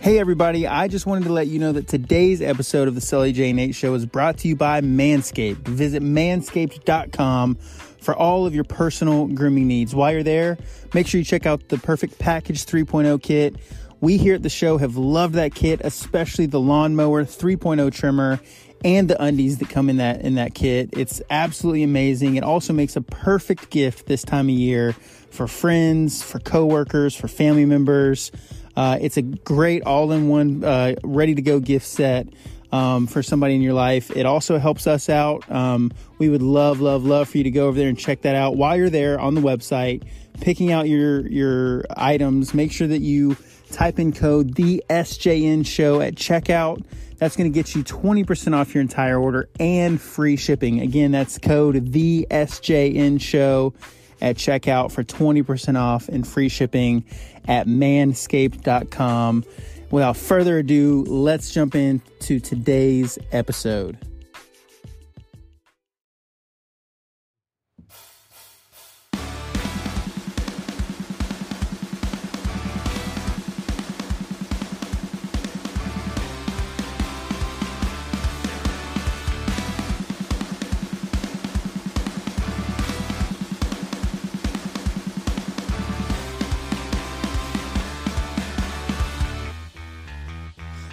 Hey, everybody, I just wanted to let you know that today's episode of the Sully J. Nate Show is brought to you by Manscaped. Visit manscaped.com for all of your personal grooming needs. While you're there, make sure you check out the Perfect Package 3.0 kit. We here at the show have loved that kit, especially the lawnmower 3.0 trimmer and the undies that come in that in that kit. It's absolutely amazing. It also makes a perfect gift this time of year for friends, for coworkers, for family members. Uh, it's a great all-in-one, uh, ready-to-go gift set um, for somebody in your life. It also helps us out. Um, we would love, love, love for you to go over there and check that out while you're there on the website, picking out your your items. Make sure that you type in code the SJN show at checkout. That's going to get you 20% off your entire order and free shipping. Again, that's code the SJN show at checkout for 20% off and free shipping at manscaped.com. Without further ado, let's jump into today's episode.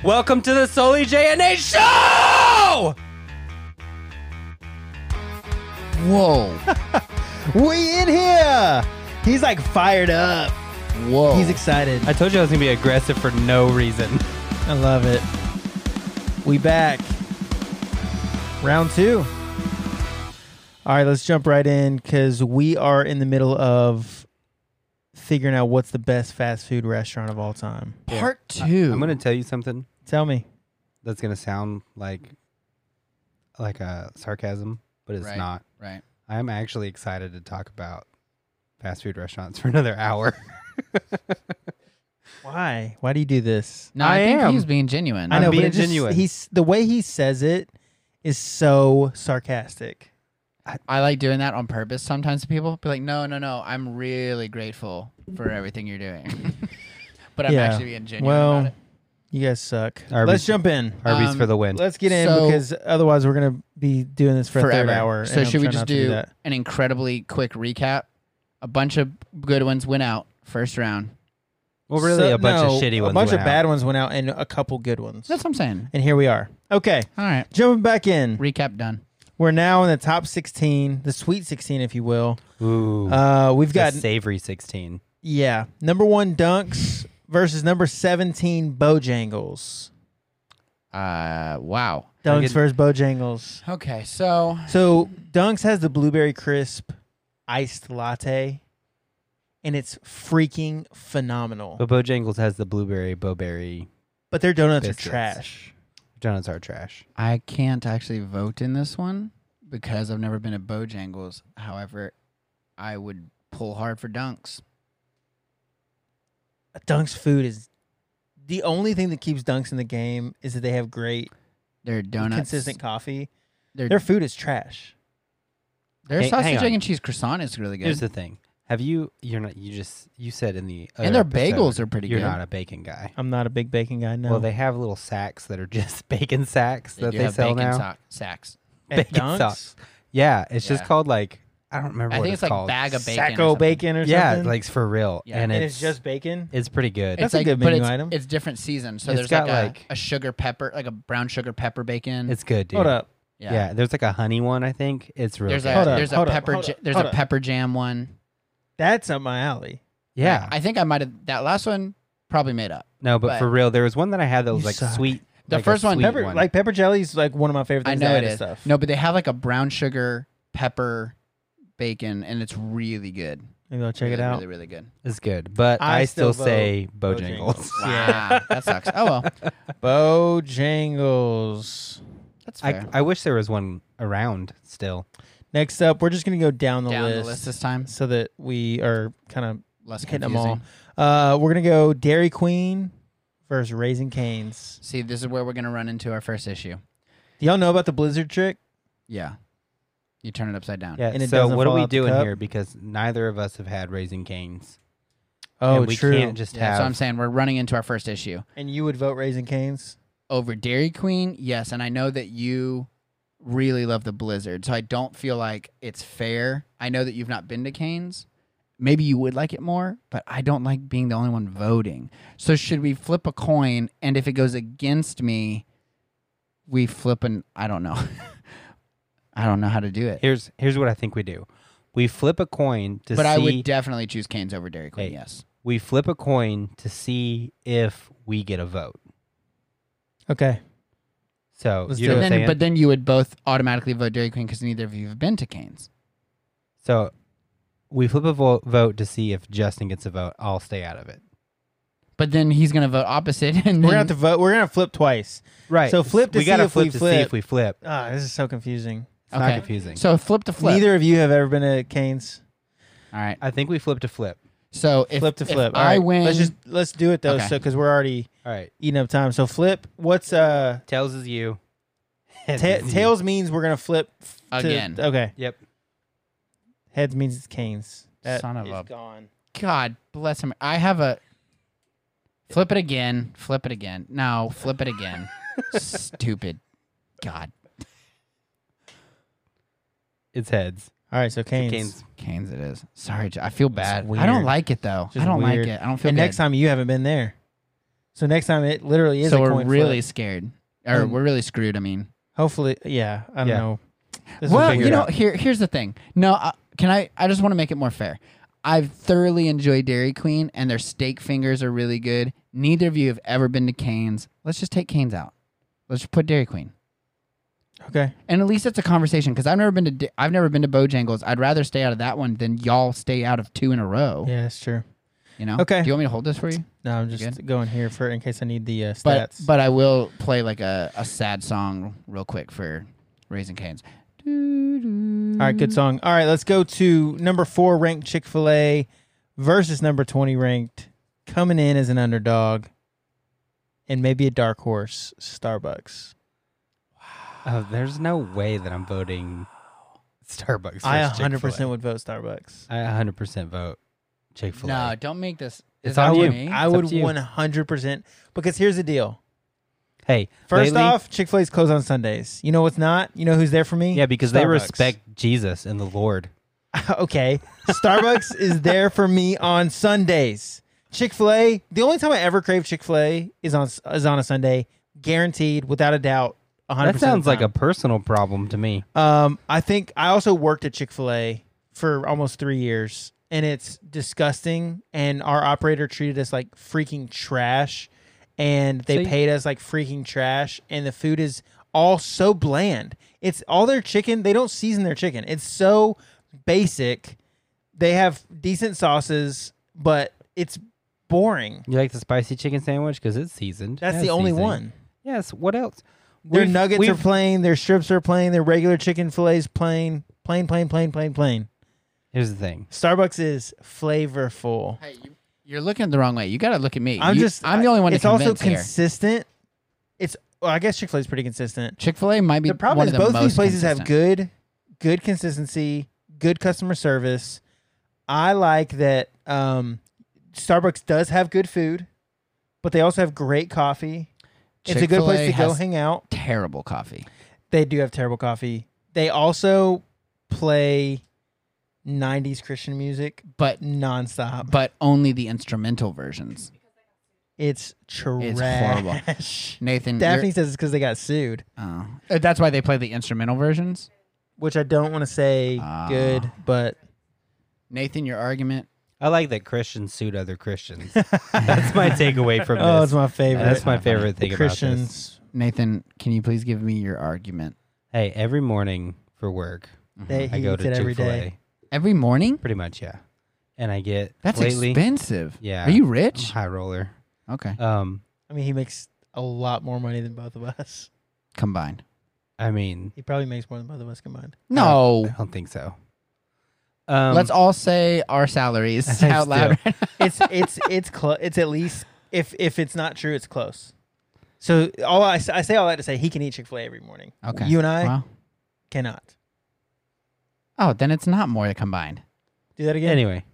Welcome to the Sully J and H Show. Whoa. We in here! He's like fired up. Whoa. He's excited. I told you I was gonna be aggressive for no reason. I love it. We back. Round two. All right, let's jump right in because we are in the middle of figuring out what's the best fast food restaurant of all time. Part two. I'm gonna tell you something Tell me. that's gonna sound like like a sarcasm, but it's Right. not. Right. I'm actually excited to talk about fast food restaurants for another hour. Why? Why do you do this? No, I, I think am. he's being genuine. I'm I know, being but it just, genuine. he's the way he says it is so sarcastic. I like doing that on purpose sometimes to people. Be like, no, no, no. I'm really grateful for everything you're doing. but I'm Yeah. actually being genuine well, about it. you guys suck. Arby's- Let's jump in. Arby's Um, for the win. Let's get in So- because otherwise we're gonna be doing this for a Forever. third hour. So and I'm should we trying just not to do, do that? an incredibly quick recap? A bunch of good ones went out first round. Well, really, So- a bunch no, of shitty ones. A bunch went of bad out. ones went out and a couple good ones. That's what I'm saying. and here we are. Okay, All right. jumping back in. Recap done. We're now in the top 16, the sweet 16, if you will. Ooh, Uh, we've got got savory 16. yeah, number one Dunks versus number 17 Bojangles. Uh, wow. Dunks get- versus Bojangles. Okay, so So Dunks has the blueberry crisp iced latte, and it's freaking phenomenal. But Bojangles has the blueberry bowberry. But their donuts Biscuits. are trash. Donuts are trash. I can't actually vote in this one because I've never been at Bojangles. However, I would pull hard for Dunks. Dunks food is the only thing that keeps Dunks in the game is that they have great Their donuts, consistent coffee. Their, Their their, food is trash. Hey, hang sausage on. egg and cheese croissant is really good, Here's the thing. Have you? You're not. You just. You said in the. and other their bagels episode, are pretty You're good. not a bacon guy. I'm not a big bacon guy. No, Well, they have little sacks that are just bacon sacks they that do they have sell bacon now. sock- sacks. At bacon Dunks? socks. Yeah, it's just Yeah. called like I don't remember. I what think it's like called. bag of bacon. or Sacco something. bacon or Yeah, something. like for real. Yeah. and, and it's, it's just bacon. it's pretty good. That's It's a like, good but menu it's, item. It's different seasons, so It's there's got, like, like- a, a sugar pepper, like a brown sugar pepper bacon. it's good, dude. Hold up. Yeah. there's like a honey one. I think it's real. There's good. a Hold up, there's a hold up, pepper hold ja- up, there's hold a up. pepper jam one. That's up my alley. yeah. Like, I think I might have that last one probably made up. no, but, but- for real, there was one that I had that was You like suck. sweet. The like a first one- sweet Pepper, like pepper jelly is like one of my favorite I things. know to it add to is. Stuff. No, but they have like a brown sugar pepper bacon, and it's really good. maybe I'll check really, it out. Really, really good. it's good, but I I, still still, vote say Bojangles. Bojangles. Wow, Yeah. that sucks. Oh well, Bojangles. that's fair. I, I wish there was one around still. Next up, we're just gonna go down the, Down list, the list this time. so that we are kind Less of hitting confusing. them all. Uh, we're gonna go Dairy Queen versus Raising Canes. See, this is where we're gonna run into our first issue. Do y'all know about the Blizzard trick? Yeah, you turn it upside down. Yeah. And it so doesn't what are fall we out the doing cup? here? Because neither of us have had raising canes. Oh, and we true. can't just Yeah, have. so I'm saying we're running into our first issue and you would vote Raising Canes? over Dairy Queen. Yes, and I know that you really love the Blizzard, so I don't feel like it's fair. I know that you've not been to Canes. Maybe you would like it more, but I don't like being the only one voting. So should we flip a coin? And if it goes against me, we flip an I don't know. I don't know how to do it. here's here's what I think we do. We flip a coin to but see. I would definitely choose Canes over Dairy Queen. Hey. Yes. we flip a coin to see if we get a vote. Okay. So Let's you do know what it. But I'm then, saying? but then you would both automatically vote Dairy Queen because neither of you have been to Canes. so we flip a vo- vote to see if Justin gets a vote. I'll stay out of it. But then he's going to vote opposite, and We're then- gonna have to vote. We're gonna flip twice. Right. So flip to we see gotta if flip we to see flip. if we flip. Ah, this is so confusing. It's not Okay. confusing. So flip to flip. Neither of you have ever been to Canes. All right. I think we flip to flip. So if, flip to if flip. All I right. win. Let's just let's do it though, Okay. so because we're already All right. eating up time. So flip. What's uh Tails is you. Heads ta- is you. tails means we're gonna flip f- to- Again. okay. Yep. Heads means it's Canes. That Son of is a- gone. God bless him. I have a flip it again. Flip it again. No, flip it again. Stupid. God. It's heads. All right, so Canes. Canes. Canes it is. Sorry, Jo- I feel bad. I weird. don't like it though. Just I don't weird. like it. I don't feel And good. next time you haven't been there, so next time it literally is. so a we're coin really flip. scared, or Um, we're really screwed. I mean, Hopefully, yeah. I don't Yeah. know. This is well, weird. you know, here here's the thing. No, I, can I? I just want to make it more fair. I've thoroughly enjoyed Dairy Queen, and their steak fingers are really good. Neither of you have ever been to Canes. Let's just take Canes out. Let's just put Dairy Queen, Okay. and at least it's a conversation because I've never been to Da- I've never been to Bojangles. I'd rather stay out of that one than y'all stay out of two in a row. Yeah, that's true. You know? Okay. Do you want me to hold this for you? No, I'm You just going here for in case I need the uh, stats. But but I will play like a, a sad song real quick for Raising Canes. All right, good song. All right, let's go to number four ranked Chick fil A versus number 20 ranked, coming in as an underdog and maybe a dark horse, Starbucks. Oh, there's no way that I'm voting Starbucks. I versus 100% Chick-fil-A. would vote Starbucks. I 100% vote Chick Fil No, A. don't make this. It's Is that on what you. mean? I It's up would to you. 100% because here's the deal. Hey, First lately- off, Chick fil A's closed on Sundays. You know what's not? You know who's there for me? yeah, because they Starbucks. respect Jesus and the Lord. okay. Starbucks is there for me on Sundays. Chick Fil A. The only time I ever crave Chick Fil A is on is on a Sunday, guaranteed, without a doubt. 100% That sounds like a a. personal problem to me. Um, I think I also worked at Chick Fil A for almost three years, and it's disgusting. And our operator treated us like freaking trash, and they So you- paid us like freaking trash. And the food is all so bland. It's all their chicken. They don't season their chicken. It's so basic. They have decent sauces, but it's boring. You like the spicy chicken sandwich because it's seasoned. That's It the has only seasoning. one. Yes. What else? Their We've- nuggets are we've- plain. Their strips are plain. Their regular chicken fillets plain. Plain, plain, plain, plain, plain. Here's the thing. Starbucks is flavorful. Hey, you, you're looking the wrong way. You got to look at me. I'm You- just I'm the only one to It's also convince here. consistent. It's well, I guess Chick Fil A is pretty consistent. Chick Fil A might be The problem one is of the both these most places have consistent. good, good consistency, good customer service. I like that um, Starbucks does have good food, but they also have great coffee. it's a good place Chick-fil-A to go has hang out. Terrible coffee. They do have terrible coffee. They also play '90s Christian music But nonstop. but only the instrumental versions. It's trash. horrible. Nathan, you're- Daphne says it's because they got sued, oh. Uh, that's why they play the instrumental versions. which I don't want to say Ah. good, but Nathan, your argument. I like that Christians suit other Christians. That's my takeaway from this. oh, it's my favorite. That's my Kinda funny. favorite thing about this. Christians. Nathan, can you please give me your argument? Hey, every morning for work, They, Mm-hmm. I he go eats to it Chick every Fil day. A. Every morning? Pretty much, yeah. And I get That's lately expensive. Yeah. Are you I'm a rich? high roller. Okay. Um, I mean, he makes a lot more money than both of us. Combined. I mean, He probably makes more than both of us combined. No. I don't think so. Uh, Um, Let's all say our salaries I out loud. It's it's it's close. It's at least if if it's not true, it's close. So all I, s- I say all that to say he can eat Chick Fil A every morning. Okay. You and I Well, cannot oh, then it's not more combined. do that again. anyway,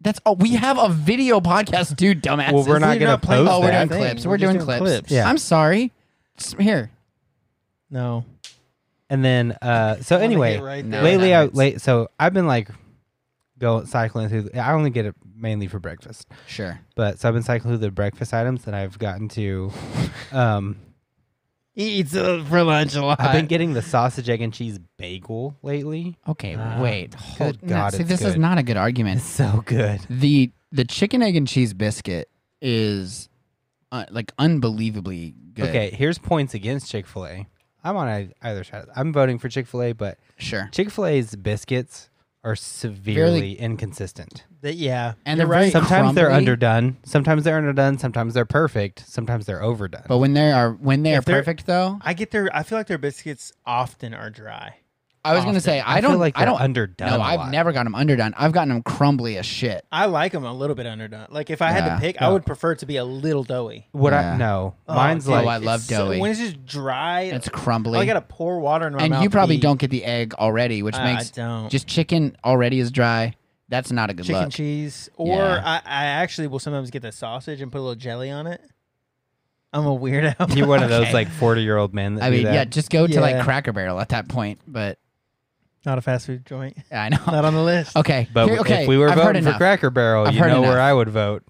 That's all. We have a video podcast, dude, dumbass. Well, we're not You're gonna not playing post Oh, we're that. doing thing. clips. We're, We're just doing, doing clips. clips. Yeah. I'm sorry. S- Here. No. And then, uh, so anyway, No, lately that I hurts. late. So I've been like going cycling through. I only get it mainly for breakfast, Sure. but so I've been cycling through the breakfast items that I've gotten to. Um, He eats uh, for lunch a lot. I've been getting the sausage, egg, and cheese bagel lately. Okay, Ah. wait. Oh, Good- no, God, see, it's this is good. not a good argument. It's so good. the The chicken egg and cheese biscuit is uh, like unbelievably good. Okay, here's points against Chick Fil A. I'm on ei- either side. I'm voting for Chick Fil A, but sure. Chick Fil A's biscuits are severely inconsistent. That- yeah. And You're they're very right. Sometimes they're Crumbly? underdone. Sometimes they're underdone. Sometimes they're perfect. Sometimes they're overdone. But when they are when they are If they're- perfect, though, I get their. I feel like their biscuits often are dry. I was often. gonna say I, feel don't. like I they're don't. underdone. no, a I've lot. never got them underdone. I've gotten them crumbly as shit. I like them a little bit underdone. Like if I had Yeah. to pick, I would prefer it to be a little doughy. What Yeah. I no, Oh, mine's dude, like Oh, I it's love so- doughy. when it's just dry, It's crumbly. I gotta pour water in my mouth. and you probably to eat. don't get the egg already, which I- Uh, makes I don't. Oh. just chicken already is dry. That's not a good chicken look. cheese, or Yeah. I, I actually will sometimes get the sausage and put a little jelly on it. I'm a weirdo. you're one of those Okay. like 40 year old men. That I do mean, that. yeah, just go to like Yeah. Cracker Barrel at that point. But Not a fast food joint. I know. Not on the list. Okay. But Here- okay. if we were I've heard voting for enough. Cracker Barrel, I've you heard know where enough. I would vote.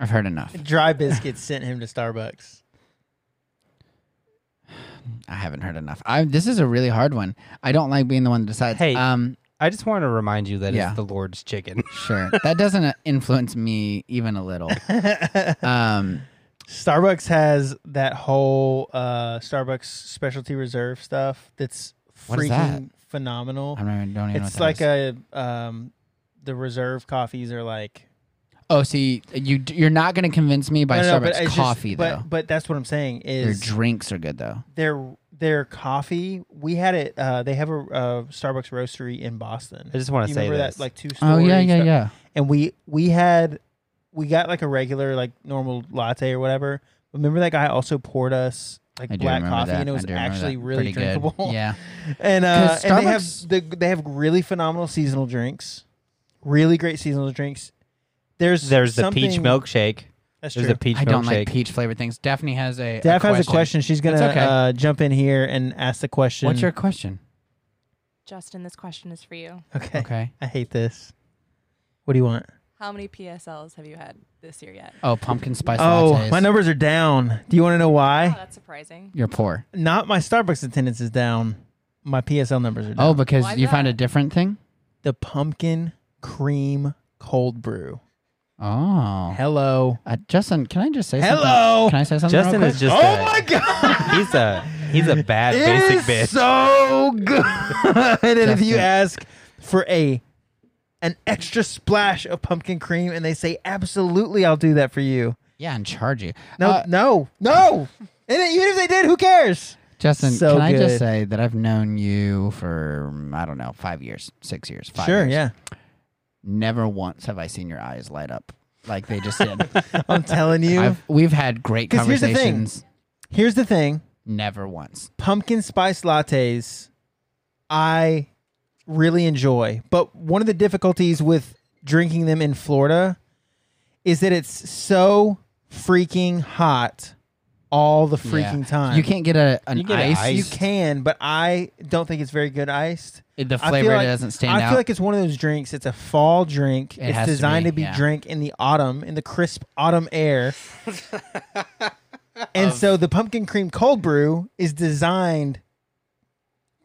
I've heard enough. Dry biscuits sent him to Starbucks. I haven't heard enough. I this is a really hard one. I don't like being the one that decides. Hey. Um. I just want to remind you that Yeah. it's the Lord's chicken. Sure. that doesn't uh, influence me even a little. Um. Starbucks has that whole uh, Starbucks specialty reserve stuff that's What freaking is that? phenomenal. I'm not, don't even. know what It's that like is. a um, the reserve coffees are like Oh, see, you d- you're not going to convince me by No, no, no, but Starbucks it's just- coffee but, though. But that's what I'm saying Their is drinks are good though. their their coffee. We had it. Uh, they have a uh, Starbucks roastery in Boston. I just want you to say remember this. that like two story. Oh yeah, yeah, yeah. And we we had we got like a regular like normal latte or whatever. Remember that guy also poured us like I do black remember coffee, that. and it I was do remember actually that. Pretty really good. drinkable. Yeah. And uh, 'Cause and they Starbucks- have they, they have really phenomenal seasonal drinks, really great seasonal drinks. There's There's the peach something- milkshake. That's There's true. a peach I don't like milkshake. peach flavored things. Daphne has a. Daph has a question. She's gonna That's okay. uh, jump in here and ask the question. What's your question? Justin, this question is for you. okay? Okay. I hate this. What do you want? How many PSLs have you had this year yet? Oh, pumpkin spice oh, lattes. my numbers are down. Do you want to know Wow, why? Oh, that's surprising. You're poor. Not my Starbucks attendance is down. My PSL numbers are down. Oh, because Why's you found that? a different thing. The pumpkin cream cold brew. Oh. Hello. Uh, Justin, can I just say something? Hello. Can I say something? Justin real is quick? just. oh a- my god. He's a he's a bad It basic is bitch. so good. and if you Justin. ask for a an extra splash of pumpkin cream and they say absolutely I'll do that for you. yeah, and charge you. No, Uh, no, no. And even if they did, who cares? Justin, so can I just good. say that I've known you for mm, I don't know five years, six years, five sure, years. yeah. Never once have I seen your eyes light up like they just did. I'm telling you. I've, we've had great 'Cause here's the thing. conversations. Here's the thing. Never once. pumpkin spice lattes I really enjoy. But one of the difficulties with drinking them in Florida is that it's so freaking hot all the freaking Yeah. time. You can't get a an You get an ice. ice. You can, but I don't think it's very good iced. It- The I feel flavor like- doesn't stand I out. feel like it's one of those drinks. It's a fall drink. It it's has to designed be, to be, yeah. drank in the autumn, in the crisp autumn air. and so the pumpkin cream cold brew is designed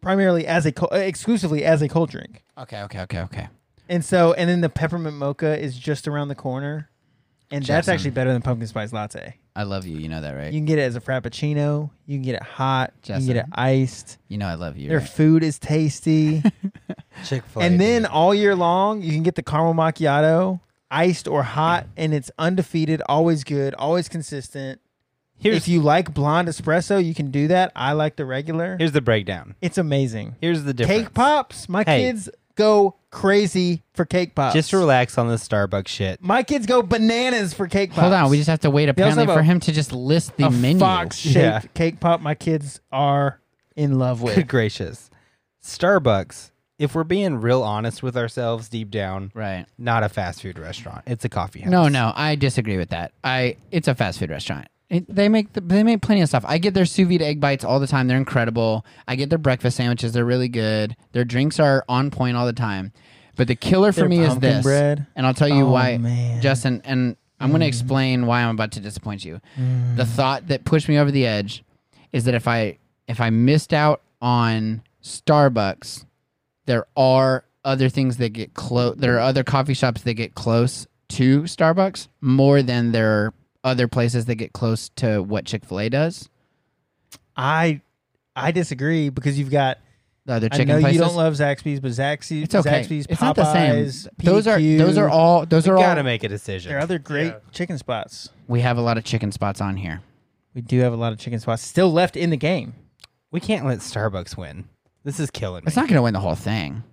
primarily as a co- uh, exclusively as a cold drink. okay, okay, okay, okay. And so and then the peppermint mocha is just around the corner. And that's Justin. actually better than pumpkin spice latte. I love you. You know that, right? You You, can get it as a frappuccino. You can get it hot. You can get Justin. it iced. know I love you. Their right? food is tasty. Chick Fil A. and then all year long, you can get the caramel macchiato, iced or hot, and it's undefeated, always good, always consistent. here's if you like blonde espresso, you can do that. I like the regular. here's the breakdown. It's amazing. Here's the difference. Cake pops. My Hey. kids go crazy for cake pops. Just relax on the Starbucks shit. My kids go bananas for cake pops. Hold on, we just have to wait also apparently have for a- him to just list the a menu. fox shaped Yeah. cake pop. My kids are in love with. Good gracious. Starbucks if we're being real honest with ourselves deep down, Right. not a fast food restaurant. It's a coffee house. No, no, I disagree with that. I it's a fast food restaurant. It, they make the, they make plenty of stuff. I get their sous vide egg bites all the time. They're incredible. I get their breakfast sandwiches. They're really good. Their drinks are on point all the time. But the killer for Their me is pumpkin this, bread. and I'll tell you Oh, why, man. Mm. Justin. And I'm going to explain why I'm about to disappoint you. The thought that pushed me over the edge is that if I if I missed out on Starbucks, there are other things that get close. There are other coffee shops that get close to Starbucks more than there are other places that get close to what Chick Fil A does. I I disagree because you've got. The other I chicken know places. you don't love Zaxby's, but Zaxby's, it's okay. Zaxby's, it's not the same. Popeyes, Those are PQ, those are all those we are gotta all. make a decision. There are other great chicken spots. We have a lot of chicken spots on here. We do have a lot of chicken spots still left in the game. we can't let Starbucks win. This is killing me. It's not going to win the whole thing.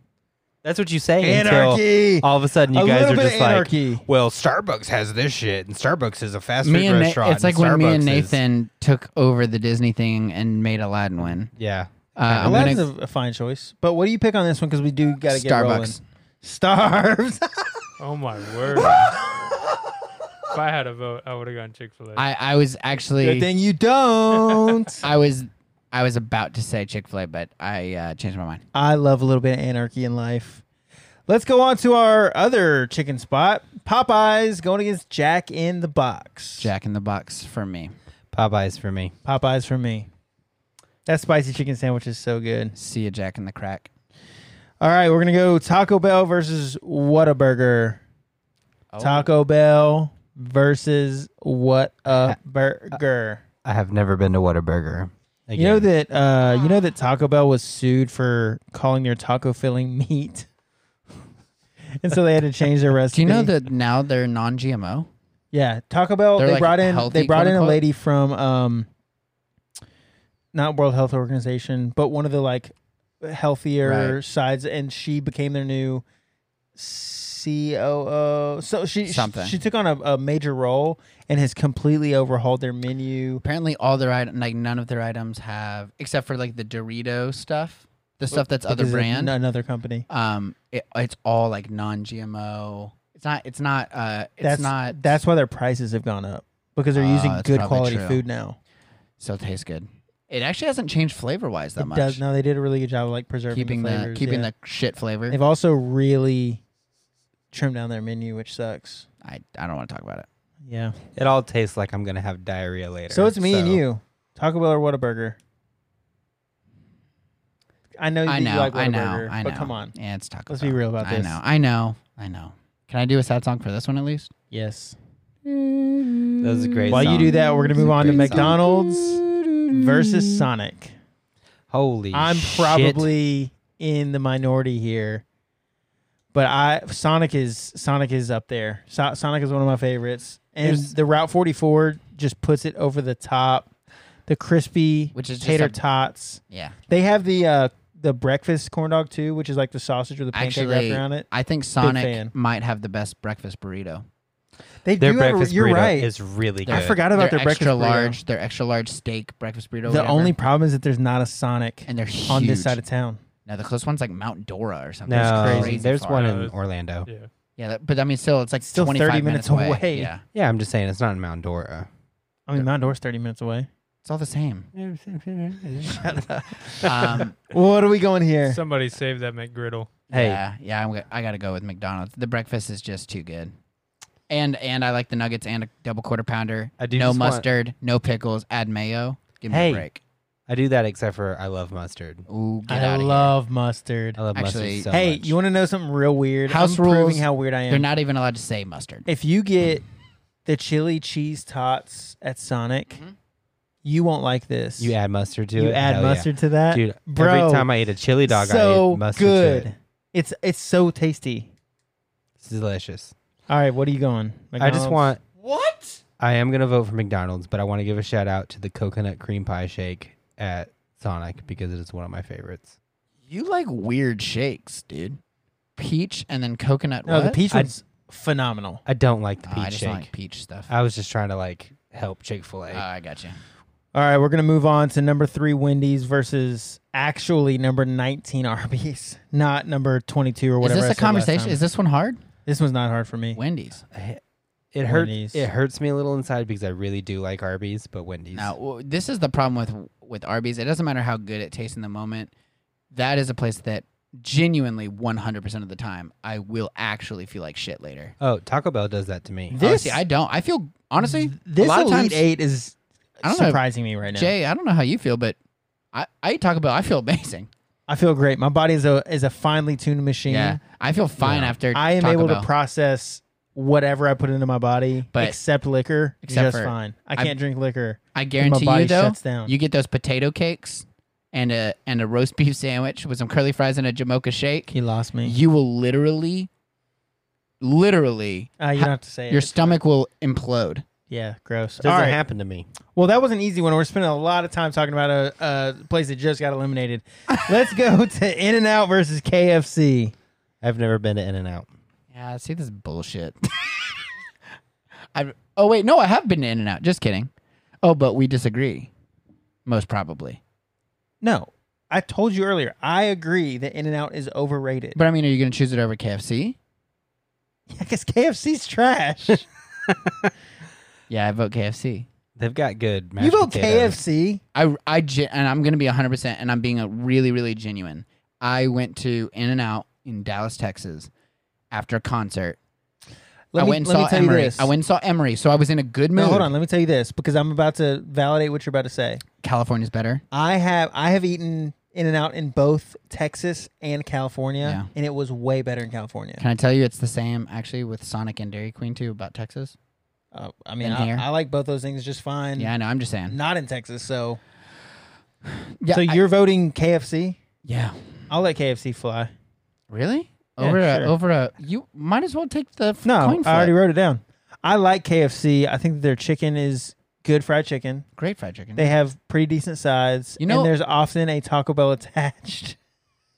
That's what you say Anarchy! until all of a sudden you A guys little are bit of just like, anarchy. well, Starbucks has this shit, and Starbucks is a fast Me food and Na- restaurant. it's like when me Starbucks and is- Nathan took over the Disney thing and made Aladdin win. yeah, Uh, I'm Aladdin's gonna, a, a fine choice, but what do you pick on this one? Because we do got to get rolling. Starbucks. Starves. Oh my word! if I had a vote, I would have gone Chick Fil A. I, I was actually Good thing you don't. I was I was about to say Chick Fil A, but I uh, changed my mind. I love a little bit of anarchy in life. Let's go on to our other chicken spot. Popeyes going against Jack in the Box. Jack in the Box for me. Popeyes for me. Popeyes for me. That spicy chicken sandwich is so good. See you, Jack in the Crack. All right, we're gonna go Taco Bell versus Whataburger. Oh. Taco Bell versus Whataburger. I have never been to Whataburger. Again. You know that uh, you know that Taco Bell was sued for calling their taco filling meat, and so they had to change their Do recipe. you know that now they're non-GMO? Yeah, Taco Bell. They're, They like, brought in healthy, they brought quote, in a unquote? lady from um, not World Health Organization, but one of the like healthier Right. sides, and she became their new COO. So she she- Something. she took on a, a major role and has completely overhauled their menu. Apparently, all their item, like none of their items have, except for like the Dorito stuff, the stuff that's other Because of brand. n- another company. Um, it, it's all like non-GMO. It's not. It's not. Uh, it's that's not. That's why their prices have gone up because they're Oh, using that's good probably quality true. food now. still tastes good. It actually hasn't changed flavor-wise that it much. does. No, they did a really good job of like preserving keeping the the, flavors. keeping yeah. the shit flavor. They've also really trimmed down their menu, which sucks. I I don't want to talk about it. Yeah. it all tastes like I'm gonna have diarrhea later. So it's me and you. Taco Bell or Whataburger? I know, I that know, you like I know, Whataburger, I know. but come on. yeah, it's Taco. Let's be Bell. real about I this. know, I know, I know. Can I do a sad song for this one at least? Yes. That was a great. While you song. do that, we're gonna move on to Great song. McDonald's versus Sonic. holy, I'm shit. probably in the minority here, but I Sonic is Sonic is up there. So, Sonic is one of my favorites, and the Route 44 just puts it over the top. The crispy Which is just tater a- tots. Yeah, They have the uh, the breakfast corn dog too, which is like the sausage with the pancake actually, wrapped around it. I think fan. Sonic might have the best breakfast burrito. They Their do have a- breakfast you're burrito right. is really good. I forgot about Their their breakfast extra burrito. large, their extra large steak breakfast burrito. The whatever, only problem is that there's not a Sonic and they're huge. on this side of town. now the close one's like Mount Dora or something. It's No, crazy there's far. one Yeah, in it's- Orlando. yeah, Yeah, that- but I mean, still, it's like Still 25 30 minutes minutes away. away. Yeah, Yeah, I'm just saying it's not in Mount Dora. I mean, Mount Door's 30 minutes away. it's all the same. Shut up. Um, What are we going here? somebody save that McGriddle. Hey. Yeah, yeah, I'm, go- I got to go with McDonald's. The breakfast is just too good. And and I like the nuggets and a double quarter pounder. I do no just want- mustard, no pickles, add mayo. Give me Hey. a break. I do that except for I love mustard. Ooh, get I out of love mustard. I love Actually- mustard so hey, much. you want to know something real weird? House I'm proving rules, how weird I here. They're am. not even allowed to say mustard. if you get the chili cheese tots at Sonic, Mm-hmm. you won't like this. you add mustard to it. You add Hell yeah. mustard to that, dude. Bro, every time I eat a chili dog, so I eat mustard. good. To it. It's it's so tasty. It's delicious. All right, what are you going? I just McDonald's? want what? I am gonna vote for McDonald's, but I want to give a shout out to the coconut cream pie shake at Sonic because it is one of my favorites. You like weird shakes, dude. Peach and then coconut. no the what? peach I- one's phenomenal. Ah, I don't like the Oh, I peach just shake. don't like peach stuff. Uh, I was just trying to like help Chick Fil A. Oh, I got you. All right, we're gonna move on to number three Wendy's versus actually number nineteen Arby's, not number twenty-two or Is whatever. this I a said last conversation? time. Is this one hard? this one's not hard for me. Wendy's. It hurts. Wendy's. It hurts me a little inside because I really do like Arby's, but Wendy's. Now, w- this is the problem with with Arby's. It doesn't matter how good it tastes in the moment. That is a place that genuinely 100% of the time I will actually feel like shit later. Oh, Taco Bell does that to me. This- honestly, I don't. I feel honestly This a lot elite of times eight is I don't know. surprising me right now. Jay, I don't know how you feel, but I I eat Taco Bell. I feel amazing. I feel great. My body is a is a finely tuned machine. Yeah, I feel fine after I am Taco able Bell. to process whatever I put into my body, But- except liquor, except just for- fine. I I'm- can't drink liquor. I and guarantee my body you though, shuts down. you get those potato cakes and a and a roast beef sandwich with some curly fries and a Jamocha shake. he lost me. You will literally, literally, uh, you don't have to say your it. stomach will implode. Yeah, gross. Doesn't All right. happen to me. Well, that was an easy one. We're spending a lot of time talking about a, a place that just got eliminated. Let's go to In and Out versus KFC. I've never been to In and Out. Yeah, see this is bullshit. I oh wait, no, I have been to In and Out. Just kidding. Oh, but we disagree. Most probably. No, I told you earlier. I agree that In and Out is overrated. But I mean, are you going to choose it over KFC? because KFC's trash. Yeah, I vote KFC. They've got good. Mashed you vote potatoes. KFC. I I gen- and I'm going to be 100% and I'm being a really really genuine. I went to In and Out in Dallas, Texas after a concert. I went and saw Emery. I went and saw Emery, so I was in a good mood. No, hold on. Let me tell you this because I'm about to validate what you're about to say. California's better. I have I have eaten In and Out in both Texas and California, Yeah. and it was way better in California. Can I tell you it's the same actually with Sonic and Dairy Queen too about Texas? Uh, I mean, Than here? I, I like both those things just fine. Yeah, I know. I'm just saying. Not in Texas, so Yeah, so I- you're voting KFC. yeah. I'll let KFC fly. Really? Yeah, Over sure. a over a you might as well take the f- No, coin flip. I already wrote it down. I like KFC. I think their chicken is good fried chicken. great fried chicken. They have pretty decent sides. You know- and there's often a Taco Bell attached.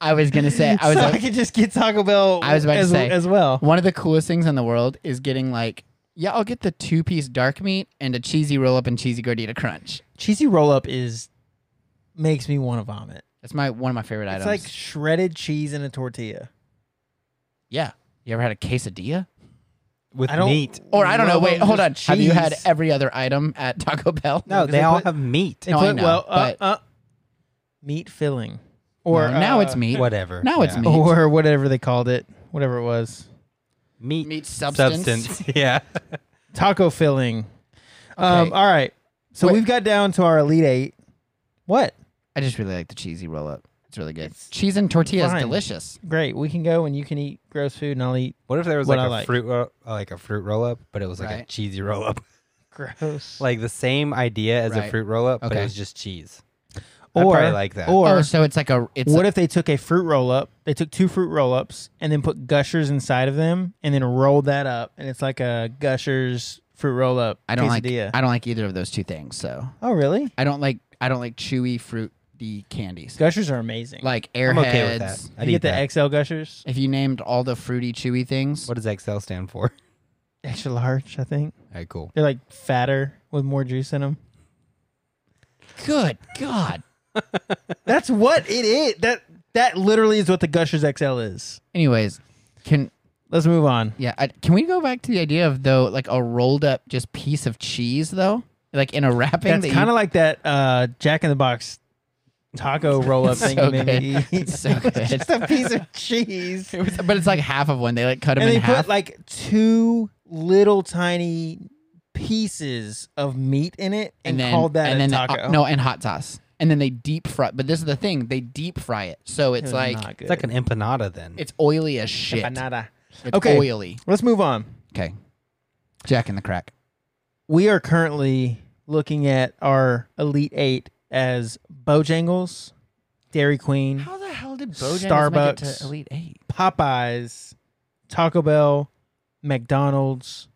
I was gonna say I was so like, I could just get Taco Bell I was about to as, say- as well. one of the coolest things in the world is getting like yeah I'll get the two piece dark meat and a cheesy roll up and cheesy gordita crunch. Cheesy roll up is makes me want to vomit. That's my one of my favorite It's items. like shredded cheese in a tortilla. yeah, you ever had a quesadilla? with I don't- meat. Or I don't know. Love Wait, them hold on. just Have you had cheese. every other item at Taco Bell? No, 'cause they, they all put- have meat. They No, I put know, well uh, but- uh, meat filling Or or now uh, it's meat. Whatever. Now it's Yeah. meat. or whatever they called it, whatever it was. Meat. Meat substance. substance. yeah. Taco filling. Um, Okay. all right. So Wait. we've got down to our elite eight. What? I just really like the cheesy roll up. It's really good. Cheese and tortilla is fine. delicious. Great. We can go and you can eat gross food and I'll eat What if there was What like I a like. fruit ro- uh, like a fruit roll up, but it was like a Right. cheesy roll up, gross. like the same idea as a Right. fruit roll up, but Okay. it was just cheese. I Or probably like that. Or oh, so it's like a it's what a- if they took a fruit roll up? They took two fruit roll ups and then put gushers inside of them and then rolled that up and it's like a gushers fruit roll up. I don't like quesadilla. I don't like either of those two things. So oh really? I don't like I don't like chewy fruity candies Gushers are amazing. like I'm Airheads. okay with that. I you get the XL gushers, If you named all the fruity chewy things, What does XL stand for? extra large. I think All right, cool. they're like fatter with more juice in them. good God. That's what it is. That that literally is what the gushers XL is. Anyways, can Let's move on. yeah I, can we go back to the idea of though like a rolled up just piece of cheese though like in a wrapping That's that you- kind of like that uh, Jack in the Box taco roll up thing so you made me good. eat. It's so good. just a piece of cheese. It was- but it's like half of one. They like cut them and in they half. put like two little tiny pieces of meat in it and, called that and a then taco. uh, no, and hot sauce. And then they deep fry. But this is the thing: they deep fry it, so It it's was like not It's good. like an empanada then. it's oily as shit. Empanada. It's Okay. oily. Let's move on. Okay, Jack in the Crack. We are currently looking at our elite eight as Bojangles, Dairy Queen, How the hell did Bojangles make Bojangles it Starbucks. make it to to Elite Eight? Popeyes, Taco Bell, McDonald's,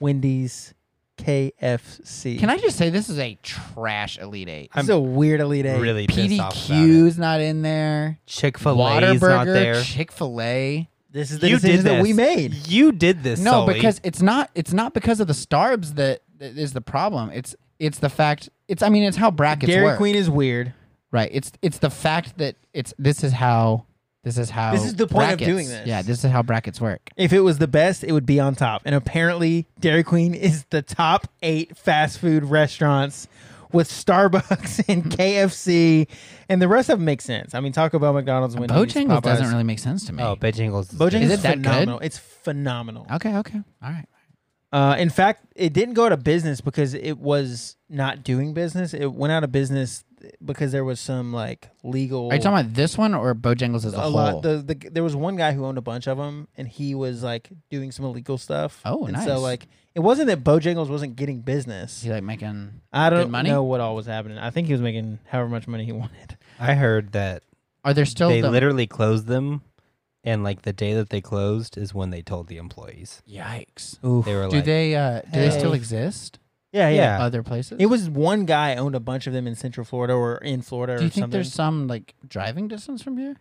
Wendy's, KFC. Can I just say this is a trash Elite Eight? This is a weird elite eight. really pissed off about it. PDQ's not in there. Chick Fil A's not Waterburger, there. Chick Fil A. This is the decision that we this. made. You did this. No, Sully. because it's not. It's not because of the Starbs that, that is the problem. It's It's the fact. It's I mean, it's how brackets Dairy work. Queen is weird. Right. It's it's the fact that it's this is how this is how This is the point of brackets- doing this. Yeah, this is how brackets work. If it was the best, it would be on top. And apparently, Dairy Queen is the top eight fast food restaurants with Starbucks and KFC, and the rest of them make sense. I mean, Taco Bell, McDonald's, Wendy's, Bojangles Popeyes. doesn't really make sense to me. Oh, Bojangles. is Bojangles good. is, Is it that good? phenomenal. It's phenomenal. okay, okay, all right. Uh, in fact, it didn't go out of business because it was not doing business. It went out of business because there was some like legal. Are you talking about this one or Bojangles as a, whole? The, the there was one guy who owned a bunch of them, and he was like doing some illegal stuff. Oh, and nice. So like, it wasn't that Bojangles wasn't getting is business. he like making? I don't good money? know what all was happening. I think he was making however much money he wanted. I heard that Are there still they the, literally closed them, and like the day that they closed is when they told the employees. Yikes. They were Do like, they uh, do they still Hey. exist? Yeah, yeah. Yeah. Other places? It was one guy owned a bunch of them in Central Florida or in Florida do you or think something. there's some like driving distance from here?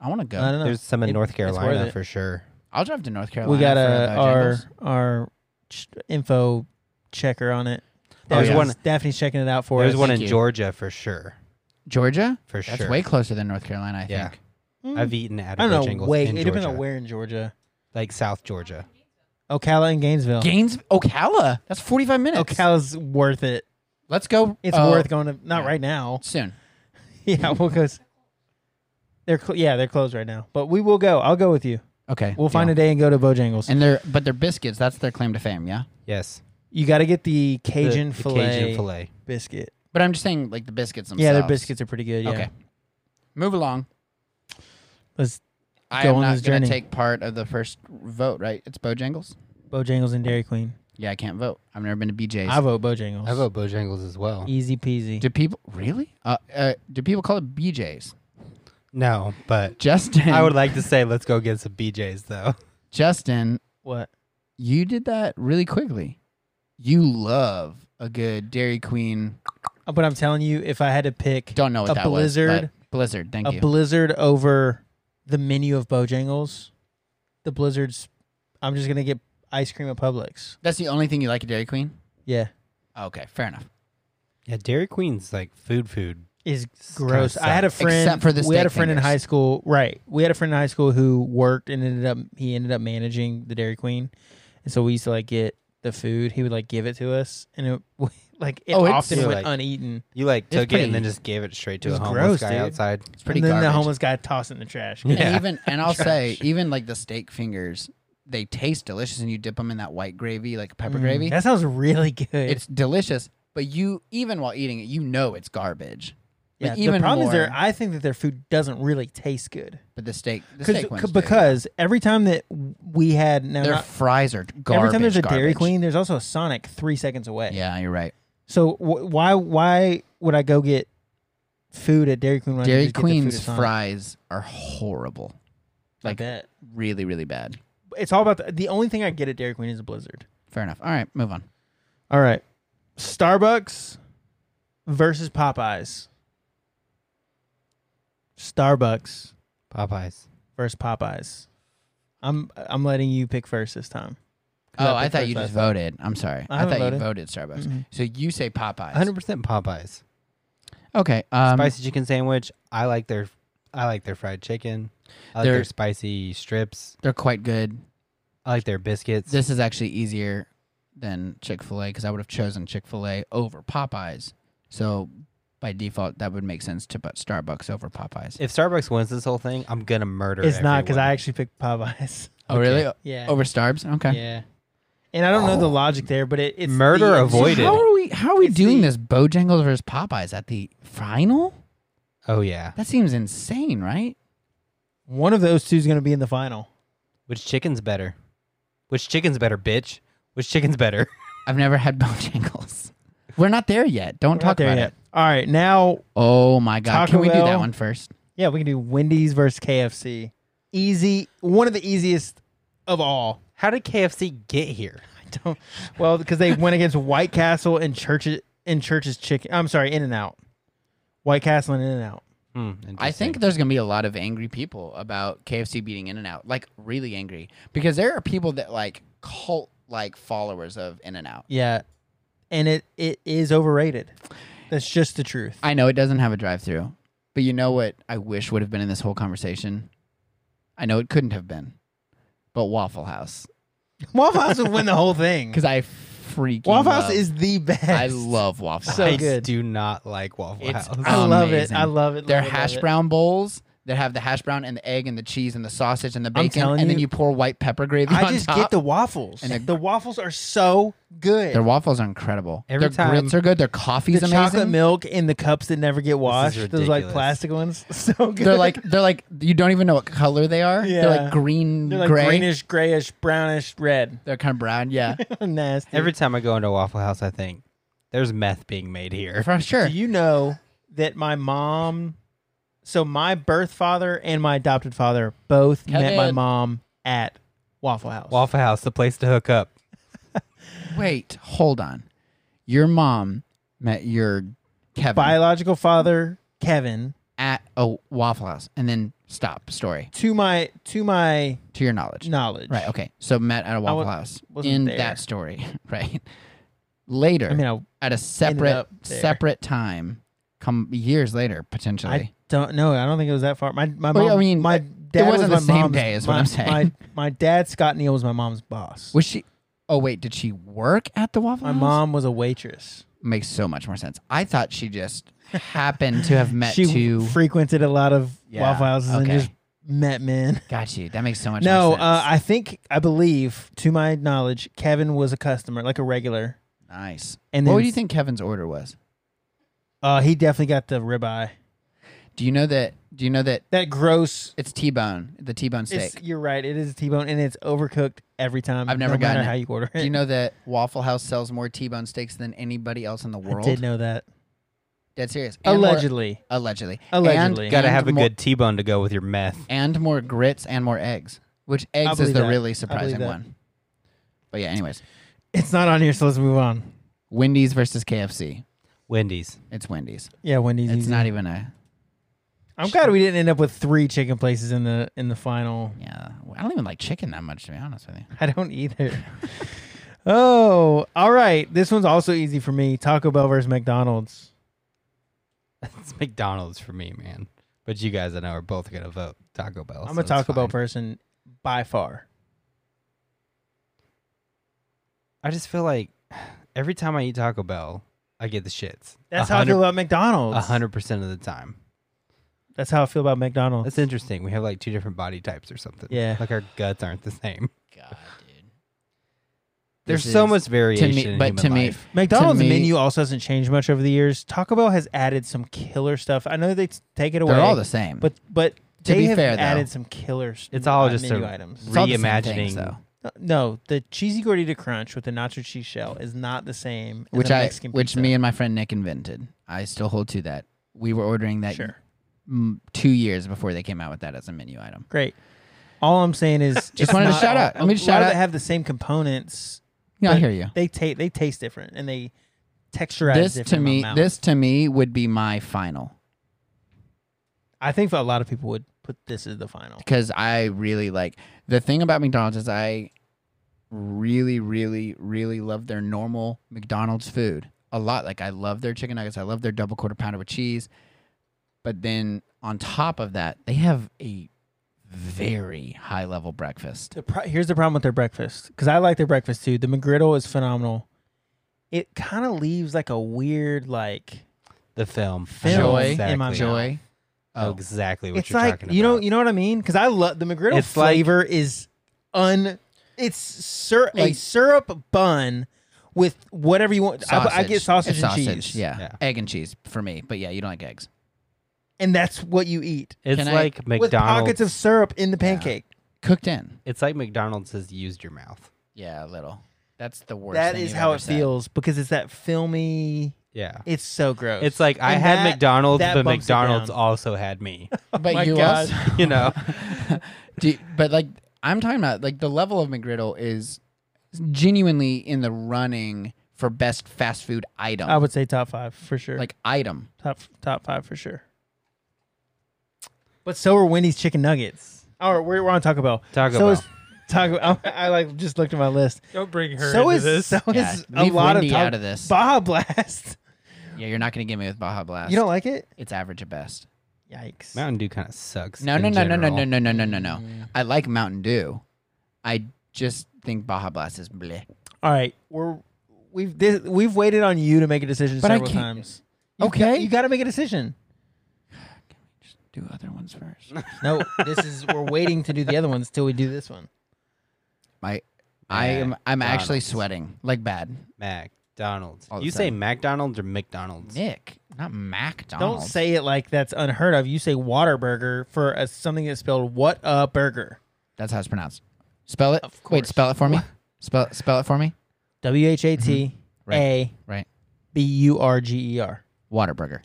I want to go. I don't know. "There's some in It- North it's Carolina worth it. for sure." I'll drive to North Carolina. we got for uh, a our Bojangles. our ch- info checker on it. Oh, There's Daphne's- one- Daphne's checking it out for There's us. one Thank in you. Georgia for sure. Georgia. For That's sure. way closer than North Carolina. I Yeah. think. Mm. I've eaten at I a don't know. Bojangles Wait, in it'd have Georgia, been a where in Georgia? like South Georgia. Ocala and Gainesville. Gaines, Ocala. That's 45 minutes. Ocala's worth it. Let's go. It's Oh. uh, worth going to. Not yeah. right now. soon. Yeah, well, because they're cl- yeah they're closed right now. But we will go. I'll go with you. Okay. We'll find deal. a day and go to Bojangles. And they're but they're biscuits. That's their claim to fame. Yeah. Yes, you got to get the The- Cajun the fillet Cajun fillet. biscuit. But I'm just saying, like the biscuits themselves. Yeah, their biscuits are pretty good. Yeah. Okay. Move along. Let's I Go am on not this going journey. to take part of the first vote. Right? It's Bojangles. Bojangles and Dairy Queen. Yeah, I can't vote. I've never been to BJ's. I vote Bojangles. I vote Bojangles as well. easy peasy. do people really? Uh, uh, do people call it BJ's? No, but Justin. I would like to say let's go get some BJ's though. Justin, What? you did that really quickly. You love a good Dairy Queen. Uh, But I'm telling you, if I had to pick Don't know what A that was. blizzard. but Blizzard. Thank a you. blizzard over the menu of Bojangles, the blizzards, I'm just gonna get ice cream at Publix. That's the only thing you like at Dairy Queen. Yeah, Okay, fair enough. Yeah, Dairy Queen's like food, food. is kinda gross. I had a sucks. friend. Except for the we had a steak friend in fingers. high school. Right, we had a friend in high school who worked and ended up he ended up managing the Dairy Queen, and so we used to like get the food. He would like give it to us, and it like it Oh, it's- often Yeah, went like- uneaten. You like It's took it pretty- and then just gave it straight to It a was homeless gross, guy dude. outside. It's pretty and then the garbage. homeless guy tossed it in the trash. Yeah. And even and I'll say even like the steak fingers, they taste delicious, and you dip them in that white gravy, like pepper Mm, gravy. That sounds really good. It's delicious, but you even while eating it, you know it's garbage. yeah, But even the problem is more- there. I think that their food doesn't really taste good. But the steak, the Cause, steak c- ones do. because every time that we had now their not- fries are garbage. every time there's a Dairy garbage. Queen, there's also a Sonic three seconds away. Yeah, you're right. So wh- why why would I go get food at Dairy Queen? When I Dairy could just get the food Queen's at Sonic? fries are horrible, I like- bet. really, really bad. It's all about the, the only thing I get at Dairy Queen is a Blizzard. Fair enough. All right, move on. All right, Starbucks versus Popeyes. Starbucks Popeyes. versus Popeyes. I'm I'm letting you pick first this time. 'Cause Oh, I, picked thought first you last just voted. I'm sorry. I I, haven't thought voted. you voted Starbucks. Mhm. So you say Popeyes. 100% Popeyes. Okay. Um, spicy chicken sandwich. I like their I like their fried chicken. I like their They're- spicy strips. They're quite good. I like their biscuits. This is actually easier than Chick fil A because I would have chosen Chick fil A over Popeyes. So by default, that would make sense to put Starbucks over Popeyes. if Starbucks wins this whole thing, I'm gonna murder. It's not because I everyone. actually picked Popeyes. Oh, really? O- Yeah. Over Starbs? Okay. Yeah. And I don't know the logic there, but it, it's Murder the- avoided. How are we? How are we It's doing the- this? Bojangles versus Popeyes at the final? Oh yeah. That seems insane, right? One of those two is going to be in the final. Which chicken's better? Which chicken's better, bitch? Which chicken's better? I've never had Bojangles. We're not there yet. Don't We're not talk there about yet. it. All right, now Oh my god! Taco Can we do that Bell. one first? yeah, we can do Wendy's versus KFC. Easy, one of the easiest of all. How did KFC get here? I don't. Well, because they went against White Castle and Church's and Church's chicken. I'm sorry, In and Out. White Castle and In and Out. Hmm, I interesting. think there's gonna be a lot of angry people about KFC beating In and Out, like really angry, because there are people that like cult like followers of In and Out. Yeah, and it it is overrated. That's just the truth. I know it doesn't have a drive through, but you know what I wish would have been in this whole conversation? I know it couldn't have been, but Waffle House. Waffle House would win the whole thing. Because I freaking Waffle House love- is the best. I love Waffle So I House. good. do not like Waffle It's- House. Um, I love it. Amazing. I love it. They're love it, love hash it. brown bowls that have the hash brown and the egg and the cheese and the sausage and the bacon, telling and then you- you pour white pepper gravy. I on just top. get the waffles. And And the- the, waffles are so good. Their waffles are incredible. Every Their grits time- are good. Their coffee's the chocolate amazing. milk in the cups that never get washed. Those like ridiculous. plastic ones. So good. They're like they're like you don't even know what color they are. They're Yeah. like green, They're like gray. greenish, grayish, brownish, red. They're kind of brown. Yeah, Nasty. Every time I go into a Waffle House, I think there's meth being made here. for sure. Do you know that my mom, so my birth father and my adopted father both met my Kevin. mom at Waffle House. Waffle House, the place to hook up. Wait, hold on. Your mom met your Kevin Biological father Kevin at a Waffle House, and then stop story to my to my to your knowledge. knowledge. Right. Okay. So met at a Waffle wa- House wasn't in there. that story. Right. Later, I mean, I, at a separate up there. separate time, come years later potentially. I don't know. I don't think it was that far. My my Well, mom. yeah, I mean, my it- dad wasn't was the my same mom's- day is what my- I'm saying. My my dad Scott Neal was my mom's boss. was she? Oh wait, did she work at the Waffle my House? mom was a waitress. makes so much more sense. I thought she just happened to have met she two. frequented a lot of Yeah, Waffle Houses and okay. just met men. Got you. That makes so much. No, more sense. uh, I think I believe, to my knowledge, Kevin was a customer, like a regular, nice. and then what do you think Kevin's order was? Uh, he definitely got the ribeye. Do you know that? Do you know that That gross. it's T-bone, the T-bone steak? It's, you're right. It is a T-bone, and it's overcooked every time. I've never no matter gotten it. how you order it. do you know that Waffle House sells more T-bone steaks than anybody else in the I world? did know that Dead serious. And more- allegedly. allegedly. Allegedly. And, Gotta and have a more, good T-bone to go with your meth. And more grits and more eggs, which eggs is the believe that. I really believe surprising that. one. But yeah, anyways, It's not on here, so let's move on. Wendy's versus KFC. Wendy's. It's Wendy's. Yeah, Wendy's. It's easy. not even a I'm glad we didn't end up with three chicken places in the in the final. yeah. I don't even like chicken that much to be honest with you. I don't either. oh, all right. This one's also easy for me. Taco Bell versus McDonald's. It's McDonald's for me, man. But you guys, I know, are both gonna vote Taco Bell. I'm so a it's Taco Bell fine. person by far. I just feel like every time I eat Taco Bell, I get the shits. That's how I feel about McDonald's. A hundred percent of the time. That's how I feel about McDonald's. That's interesting. We have like two different body types or something. Yeah. Like our guts aren't the same. God, dude. There's This so is- much variation. in but human to me- life. McDonald's To me- menu also hasn't changed much over the years. Taco Bell has added some killer stuff. I know they t- take it away. They're all the same. But but To they be have fair, though, added some killer. s- it's all uh, just menu a items. It's all the same reimagining. things, though. No, the cheesy gordita crunch with the nacho cheese shell is not the same. As which a I, Mexican which pizza. me and my friend Nick invented. I still hold to that. We were ordering that sure, m- two years before they came out with that as a menu item. great. All I'm saying is, it's wanted to not shout all- out. Let me a just lot shout of out- They have the same components. Yeah, I but hear you. They taste they taste different and they texturize. This different to in my me, mouth. this to me would be my final I think a lot of people would put this as the final. because I really like the thing about McDonald's is I really, really, really love their normal McDonald's food a lot. Like I love their chicken nuggets. I love their double quarter pounder with cheese. But then on top of that, they have a very high level breakfast. The pro- here's the problem with their breakfast because I like their breakfast too. The McGriddle is phenomenal. It kind of leaves like a weird like The film. I Film know Joy exactly. in my mouth. Joy. I know Oh, exactly what it's you're like talking you know about. you know what I mean because I love the McGriddle It's like- flavor is un it's sir a Like- syrup bun with whatever you want. I, I sausage. get sausage It's and cheese, Yeah. Yeah. egg and cheese for me. But yeah, you don't like eggs. and that's what you eat It's Can I- like with pockets McDonald's. of syrup in the pancake. Cooked in. it's like McDonald's has used your mouth. Yeah, a little. That's the worst. That thing is you've how ever it said. feels because it's that filmy. Yeah. It's so gross. It's like I And had that- McDonald's, that but bumps it McDonald's down. also had me. But Oh my you God. also- You know? Do you- but like I'm talking about like the level of McGriddle is genuinely in the running for best fast food item. I would say top five for sure. like item. top top five for sure. But so are Wendy's chicken nuggets. All right, we're, we're on Taco Bell. Taco so Bell. is Talk about, I, I like just looked at my list. Don't bring her so into is this. so Yeah, is a leave lot Wendy of out talk- of this. Baja Blast. Yeah, you're not gonna get me with Baja Blast. You don't like it? it's average at best. Yikes. Mountain Dew kind of sucks. No, in no, no, no, no, general. no, no, no, no, no, no. I like Mountain Dew. I just think Baja Blast is bleh. All right, we're we've this, we've waited on you to make a decision But I several can't- times. You've Okay. got- you got to make a decision. Just do other ones first. No, this is we're waiting to do the other ones till we do this one. My, I am. I'm actually McDonald's. sweating like bad. McDonald's. All the You say time. McDonald's or McDonald's? Nick, not McDonald's. Don't say it like that's unheard of. You say Waterburger for a, something that's spelled what a burger. That's how it's pronounced. Spell it. Of Wait, course. spell it for me. Spell spell it for me. W H A T A Right. B U R G E R. Waterburger.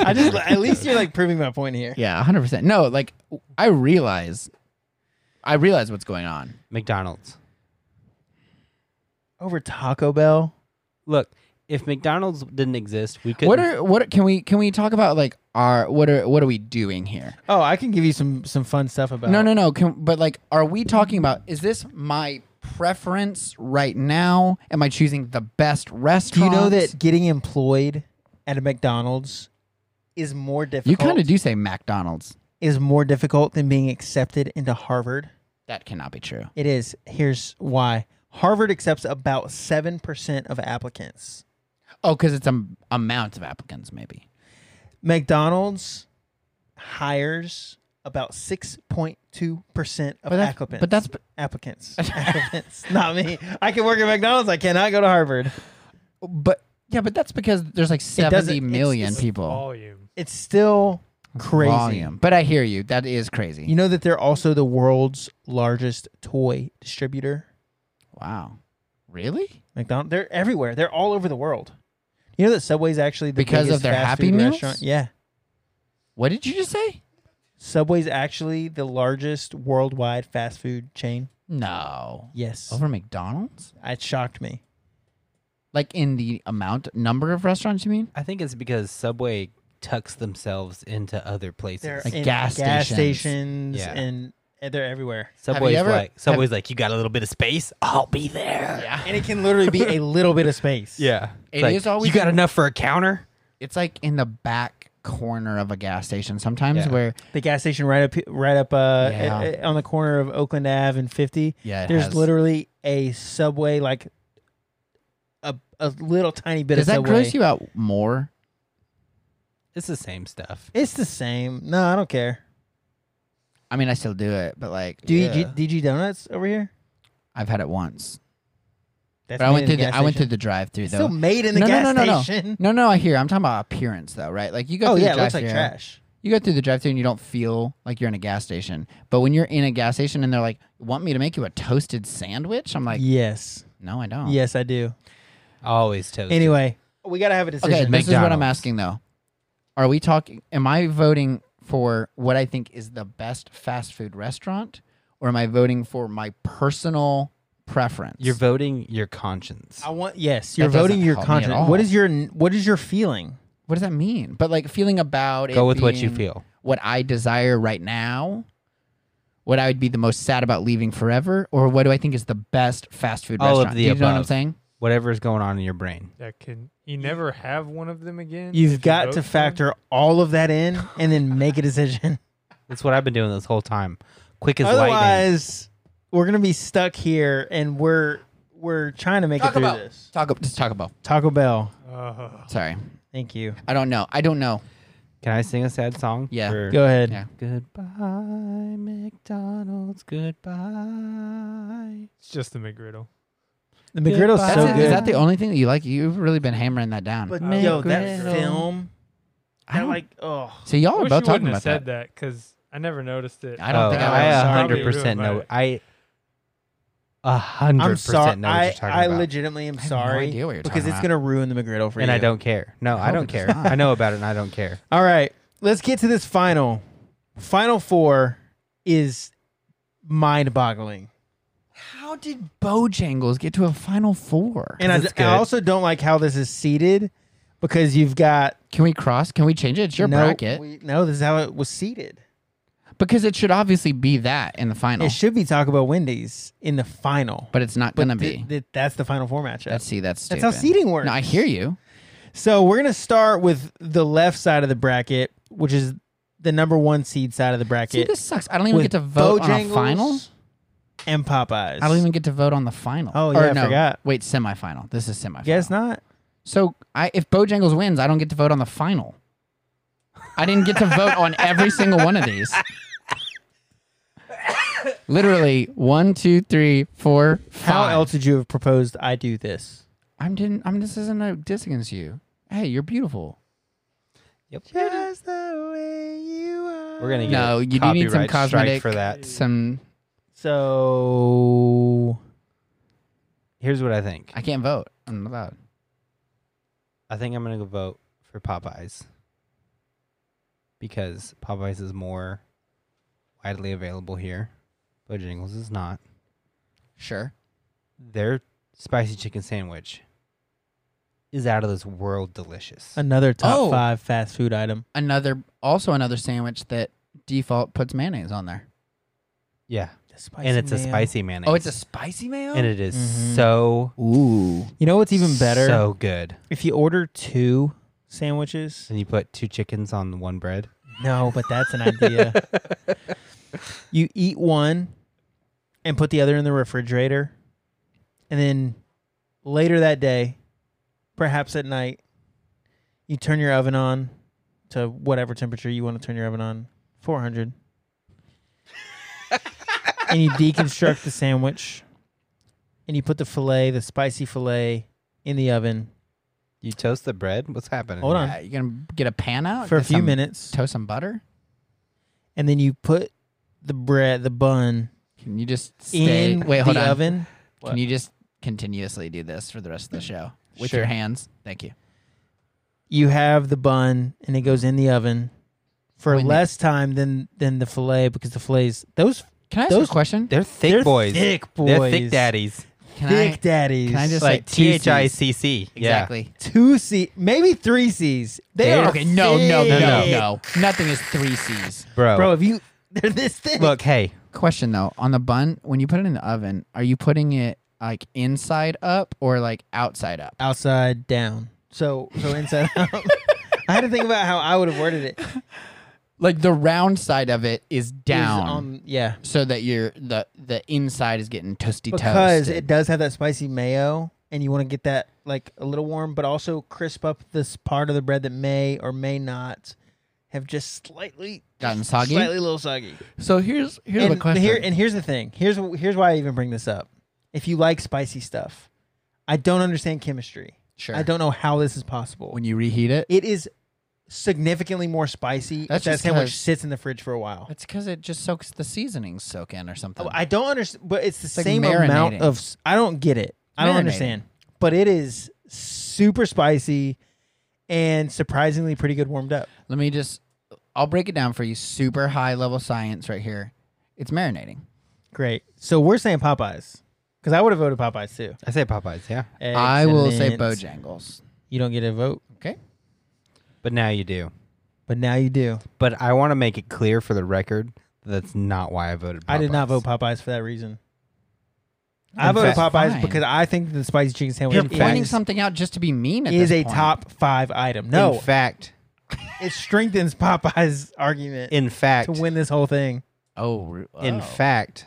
I just at least you're like proving my point here. Yeah, hundred percent. No, like I realize, I realize what's going on. McDonald's. Over Taco Bell. Look, if McDonald's didn't exist, we could. What are what are- can we can we talk about like our what are what are we doing here? Oh, I can give you some some fun stuff about. No, no, no. Can, but like, are we talking about? Is this my preference right now? Am I choosing the best Do you restaurant? know that getting employed at a McDonald's is more difficult? you kind of do say McDonald's? is more difficult than being accepted into Harvard? That cannot be true. It is. Here's why. Harvard accepts about 7% of applicants. Oh, because it's a amount of applicants, maybe. McDonald's hires about 6.2% of But that's- applicants. but that's- applicants. applicants. Not me. I can work at McDonald's. I cannot go to Harvard. But yeah, but that's because there's like doesn't- seventy it's- million it's people. Volume. It's still crazy. Volume. But I hear you. That is crazy. You know that they're also the world's largest toy distributor. wow. Really? McDonald's. They're everywhere. They're all over the world. You know that Subway's actually the Because of biggest their fast Happy food Meals? restaurant. Yeah, What did you just say? Subway's actually the largest worldwide fast food chain. No. Yes, Over McDonald's? it shocked me. Like in the amount number of restaurants you mean? I think it's because Subway tucks themselves into other places. They're Like in gas stations. stations Yeah. and and they're everywhere. Subway's ever- like Subway's like you got a little bit of space. I'll be there. Yeah. And it can literally be a little bit of space. Yeah. It It is like, is always- You got enough for a counter? It's like in the back corner of a gas station sometimes Yeah. where The gas station right up right up uh, Yeah. a- a- on the corner of Oakland Ave and 50. Yeah, it There's has. literally a Subway like a, a little tiny bit does of that Subway. gross you out more? It's the same stuff. It's the same. No, I don't care. I mean, I still do it, but like, Do you, yeah. do you- DG Donuts over here? I've had it once. That's But I made went in through a the gas I went station. through the drive-through It's though. still made in the no, gas no, no, no, station. no, no. I hear. I'm talking about appearance though, right? Like you go Oh through yeah, it the looks drive-through. like trash. You go through the drive-through and you don't feel like you're in a gas station. But when you're in a gas station and they're like, "Want me to make you a toasted sandwich?" I'm like, oh. yes, "No, I don't." yes, I do. Always toast. Anyway, we gotta have a Okay, decision. this is what I'm McDonald's. asking though. Are we talking? Am I voting for what I think is the best fast food restaurant, or am I voting for my personal preference? You're voting your conscience. I want yes. You're doesn't voting your help me at conscience. all. What is your what is your feeling? what does that mean? But like feeling about Go it with what you being feel. what I desire right now, what I would be the most sad about leaving forever, or what do I think is the best fast food All of restaurant? the Do you know what I'm above. saying? Whatever's going on in your brain. That can you never have one of them again? if you You've got vote to for them? factor all of that in and then make a decision. That's what I've been doing this whole time. Quick as lightning. Otherwise, we're gonna be stuck here, and we're we're trying to make it through this. Taco, just Taco Bell. Taco Bell. Ugh. Sorry, Thank you. I don't know. I don't know. Can I sing a sad song? Yeah. For- Go ahead. Yeah. Goodbye, McDonald's. Goodbye. it's just the McGriddle. The McGriddle's That's so it. good. Is that the only thing that you like? You've really been hammering that down. But Uh, yo, that McGriddle. film. I That don't- like oh. so y'all I are wish both you wouldn't talking have about said that. that because I never noticed it. I don't oh, think I I a was. hundred Probably percent ruined know. by I a hundred I'm sorry. percent know what I, you're talking I about, legitimately am I have no sorry idea what you're because talking it's about. gonna ruin the McGriddle for and you. I don't care. No, I hope don't it's care. not. I know about it, and I don't care. All right, let's get to this final. Final four is mind-boggling, How did Bojangles get to a final four? and I, That's I good. also don't like how this is seated because you've got Can we cross? Can we change it? It's your no, bracket. we- no, this is how it was seated. because it should obviously be that in the final, It should be Taco Bell Wendy's in the final. but it's not But gonna th- be. th- that's the final four matchup. Let's see. That's That's how stupid. seeding works. No, I hear you. So we're gonna start with the left side of the bracket, which is the number one seed side of the See, bracket. this sucks. I don't even with get to vote on a Bojangles final. and Popeyes. I don't even get to vote on the final. Oh, yeah, Or I no, forgot. Wait, semifinal. This is semifinal. guess not. So I, if Bojangles wins, I don't get to vote on the final. I didn't get to vote on every single one of these. Literally one, two, three, four, How five. else would you have proposed? I do this. I'm didn't. I'm. This isn't a diss against you. Hey, you're beautiful. Just the way you are. We're gonna get No, a you do need some copyright strike cosmetic for that. Some. So Here's what I think. I can't vote. I'm not allowed. I think I'm gonna go vote for Popeyes because Popeyes is more widely available here. Bojangles is not. Sure. Their spicy chicken sandwich is out of this world delicious. another top Oh. five fast food item. Another. Also another sandwich that default puts mayonnaise on there. yeah, Spicy and it's a mayo. spicy mayonnaise. Oh, it's a spicy mayo. and it is Mhm. so Ooh. You know what's even better? So good. if you order two sandwiches. And you put two chickens on the one bread. No, but that's an idea. you eat one and put the other in the refrigerator. And then later that day, perhaps at night, you turn your oven on to whatever temperature you want to turn your oven on 400. and you deconstruct the sandwich and you put the filet, the spicy filet, in the oven You toast the bread. What's happening? Hold on. Yeah, you're gonna get a pan out for a Get few Oh, some- minutes. Toast some butter. And then you put the bread, the bun, Can you just stay? in Wait, hold the on. oven. Can you just continuously do this for the rest of the show with Sure. your hands? Thank you. you have the bun and it goes in the oven for When the- less time than than the fillet because the fillets those Can I ask Those- a question? They're thick they're boys. thick boys, They're thick daddies. Can thick I, daddies. can I just Like like two T H I C C. exactly? two C, maybe three C's? They They're- are okay. No, no, no, thick. no, no. Nothing is three C's. Yeah. Bro. bro. If you they're this thick, Look, hey. Question though, on the bun, when you put it in the oven, are you putting it like inside up or like outside up? outside down. So so inside out. I had to think about how I would have worded it. It was Like the round side of it is down, on- yeah, so that your the the inside is getting toasty because toasted. it does have that spicy mayo, and you want to get that like a little warm, but also crisp up this part of the bread that may or may not have just slightly Gotten soggy? slightly a little soggy. So here's here's and the question. Here, and here's the thing. Here's here's why I even bring this up. If you like spicy stuff, I don't understand chemistry. sure. I don't know how this is possible. When you reheat it, it is significantly more spicy That's if that just sandwich 'cause- sits in the fridge for a while. it's because it just soaks the seasonings soak in or something. Oh, I don't understand, but it's the like same amount marinating. of. s- I don't get it. I don't Marinating. understand. But it is super spicy and surprisingly pretty good warmed up. Let me just, I'll break it down for you. Super high level science right here. It's marinating. Great. So we're saying Popeyes because I would have voted Popeyes too. I say Popeyes, yeah. I will say Excellent. Bojangles. You don't get a vote, Okay. But now you do. but now you do. But I want to make it clear for the record that that's not why I voted. Popeyes. I did not vote Popeyes for that reason. I In voted fact- Popeyes Fine. because I think the spicy chicken sandwich You're in fact, pointing something out just to be mean at is this a point. top five item. In No, fact, it strengthens Popeyes' argument in fact, to win this whole thing. Oh, re- in oh. fact,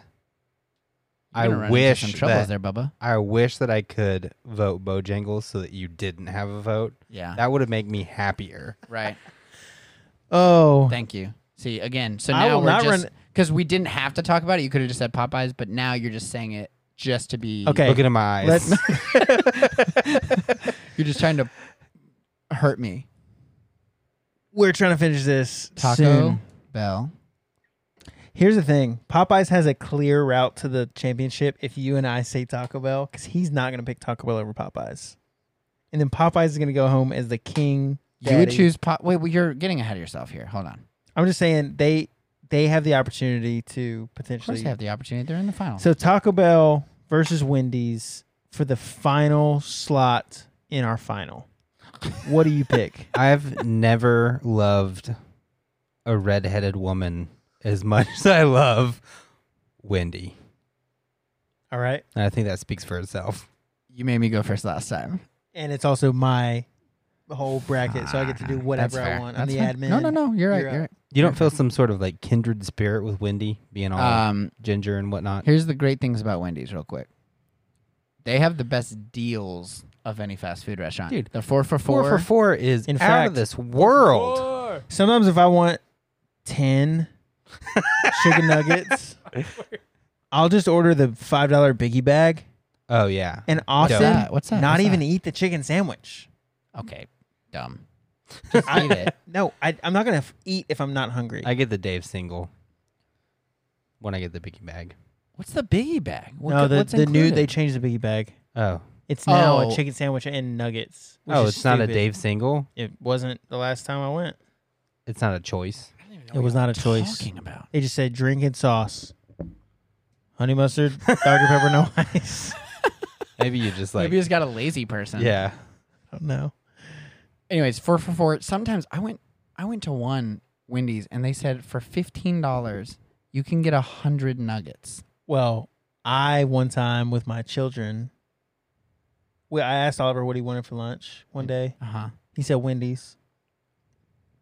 You're I gonna run into wish some that- troubles there, Bubba. I wish that I could vote Bojangles so that you didn't have a vote. Yeah. That would have made me happier. right. Oh, Thank you. See again. So I now will we're not just run- because we didn't have to talk about it. You could have just said Popeyes, but now you're just saying it just to be Okay. Look into my eyes. let's. You're just trying to hurt me. we're trying to finish this Taco soon. Bell. Here's the thing: Popeyes has a clear route to the championship. If you and I say Taco Bell, because he's not going to pick Taco Bell over Popeyes, and then Popeyes is going to go home as the king. You would daddy. choose pop. Wait, well, you're getting ahead of yourself here. Hold on. I'm just saying they they have the opportunity to Of course, potentially they have the opportunity. They're in the final. So Taco Bell versus Wendy's for the final slot in our final. What do you pick? I've never loved a redheaded woman as much as I love Wendy. All right. And I think that speaks for itself. You made me go first last time. And it's also my whole bracket, so I get to do Ah, That's whatever I fair. want. I'm That's the fair. admin. No, no, no. You're right. You're You're, up. right. You don't feel some sort of like kindred spirit with Wendy being all Uh, Um, ginger and whatnot? here's the great things about Wendy's, real quick. They have the best deals of any fast food restaurant. Dude, they're four for Four four. for four is In out fact- of this world. Four. Sometimes if I want 10 chicken nuggets, I'll just order the $5 biggie bag Oh yeah, and What's often that? What's that? not What's even that? eat the chicken sandwich. Okay, dumb. Just eat it. No, I, I'm not going to f- eat if I'm not hungry. I get the Dave single when I get the biggie bag. What's the biggie bag? What, no, co- the, what's the new, included? they changed the biggie bag. Oh, It's now Oh. a chicken sandwich and nuggets. which oh, is it's not a stupid. Dave single. It wasn't the last time I went. It's not a choice. I don't even know It what was y'all not a choice. Talking about. They just said drink and sauce. Honey mustard, Dr. Pepper, no ice. Maybe you just like Maybe it's got a lazy person. yeah. I don't know. anyways, four for four. Sometimes I went I went to one Wendy's and they said for fifteen dollars you can get a hundred nuggets. Well, I one time with my children, well, I asked Oliver what he wanted for lunch one day. Uh huh. He said Wendy's.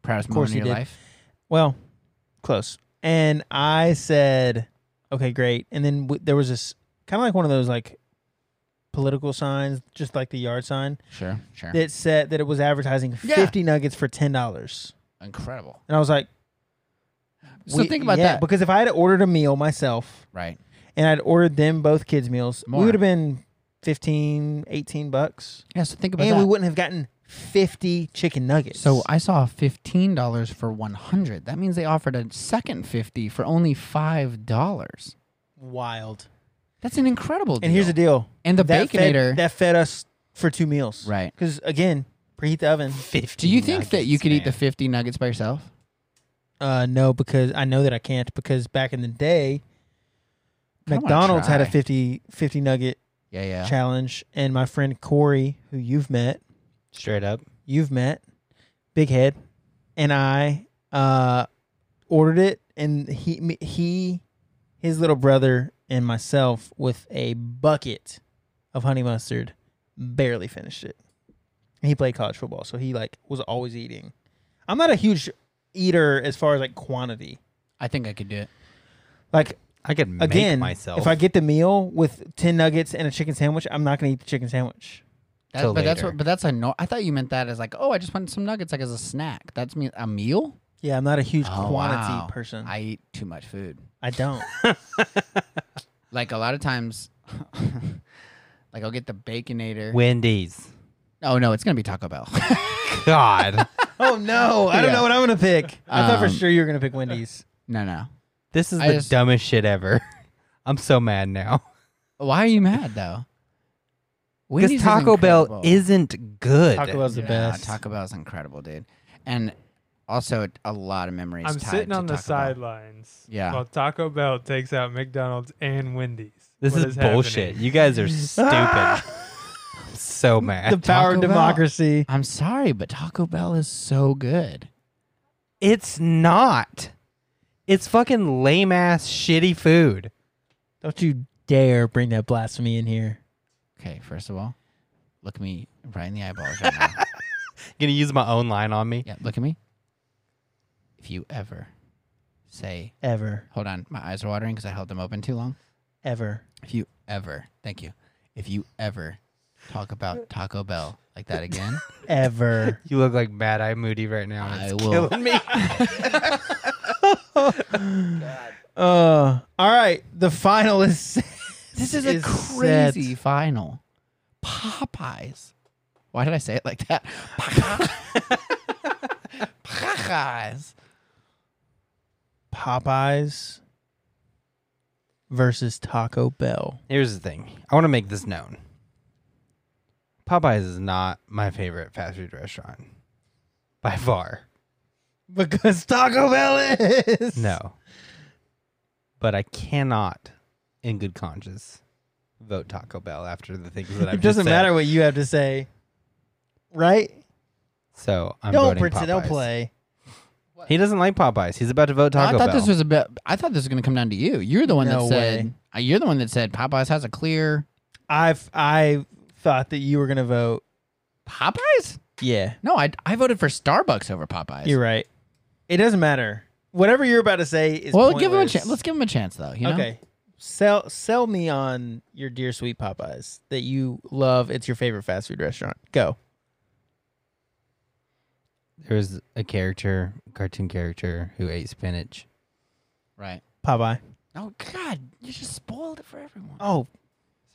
Proudest Of course moment of your you did. life. Well, close. And I said, okay, great. And then w- there was this kind of like one of those like political signs, just like the yard sign Sure, sure. that said that it was advertising Yeah. 50 nuggets for $10. Incredible. And I was like, So we- think about yeah, that. Because if I had ordered a meal myself right. and I'd ordered them both kids' meals, More. we would have been 15, 18 bucks. Yeah, so think about and that. we wouldn't have gotten 50 chicken nuggets. so I saw fifteen dollars for one hundred. That means they offered a second fifty for only five dollars. wild. That's an incredible deal. And here's the deal. And the that Baconator- fed, that fed us for two meals. Right. Cuz again, preheat the oven. Fifty. Do you think that you nuggets, could eat the man. fifty nuggets by yourself? Uh no because I know that I can't because back in the day I wanna McDonald's had a try. 50 50 nugget Yeah, yeah. challenge and my friend Corey who you've met, straight up? you've met Big Head and I uh ordered it and he me- he his little brother and myself with a bucket of honey mustard barely finished it. And he played college football, so he like was always eating. I'm not a huge eater as far as like quantity. I think I could do it. Like I could make again, myself. if I get the meal with 10 nuggets and a chicken sandwich, I'm not going to eat the chicken sandwich. That, till but that's later. what. But that's a no. I thought you meant that as like, oh, I just wanted some nuggets, like as a snack. That's me a meal. Yeah, I'm not a huge Oh, quantity wow. Mm-hmm. person. I, I eat too much food. don't. Like a lot of times, like I'll get the baconator. Wendy's. oh no, it's gonna be Taco Bell. God, oh no, I don't Yeah. know what I'm going to pick. I thought for Um, sure you were going to pick Wendy's. no, no. this is I the just- dumbest shit ever. I'm so mad now Why are you mad though? because Wendy's is Taco Bell incredible. isn't good. Taco Bell's the Yeah, Nah, best. Taco Bell's incredible, dude. And also it- a lot of memories. I'm tied sitting to on the Taco Bell. sidelines. Yeah. While Taco Bell takes out McDonald's and Wendy's. This What is, bullshit. happening? You guys are stupid. I'm so mad. the power Taco of Bell. democracy. I'm sorry, but Taco Bell is so good. it's not. It's fucking lame ass shitty food. Don't you dare bring that blasphemy in here. Okay, first of all, look me right in the eyeballs right now. Gonna use my own line on me. Yeah, look at me. If you ever say, Ever. hold on, my eyes are watering because I held them open too long. Ever. If you ever, thank you. If you ever talk about Taco Bell like that again, Ever. You look like Bad Eye Moody right now. and I It's will. killing me. uh, all right. The final is This is a is crazy set. final. Popeyes. Why did I say it like that? Popeyes. Popeyes. Popeyes versus Taco Bell. Here's the thing. I want to make this known. Popeyes is not my favorite fast food restaurant by far. Because Taco Bell is. No. But I cannot, in good conscience, vote Taco Bell after the things that I've It doesn't just said. matter what you have to say. Right? So I'm don't voting pretend, don't Popeyes. play. He doesn't like Popeyes. He's about to vote Taco Oh, I thought Bell. this was a bit. I thought this was going to come down to you. You're the one No that said. way. uh, You're the one that said Popeyes has a clear I've I thought that you were gonna vote. Popeyes. Yeah, No, I I voted for Starbucks over Popeyes. you're right. It doesn't matter. Whatever you're about to say is. well, give him a pointless. chance. Let's give him a chance though. You know? Okay. Sell sell me on your dear sweet Popeyes that you love. It's your favorite fast food restaurant. Go. there was a character, cartoon character, who ate spinach. Right. Popeye. Oh God, you just spoiled it for everyone. Oh,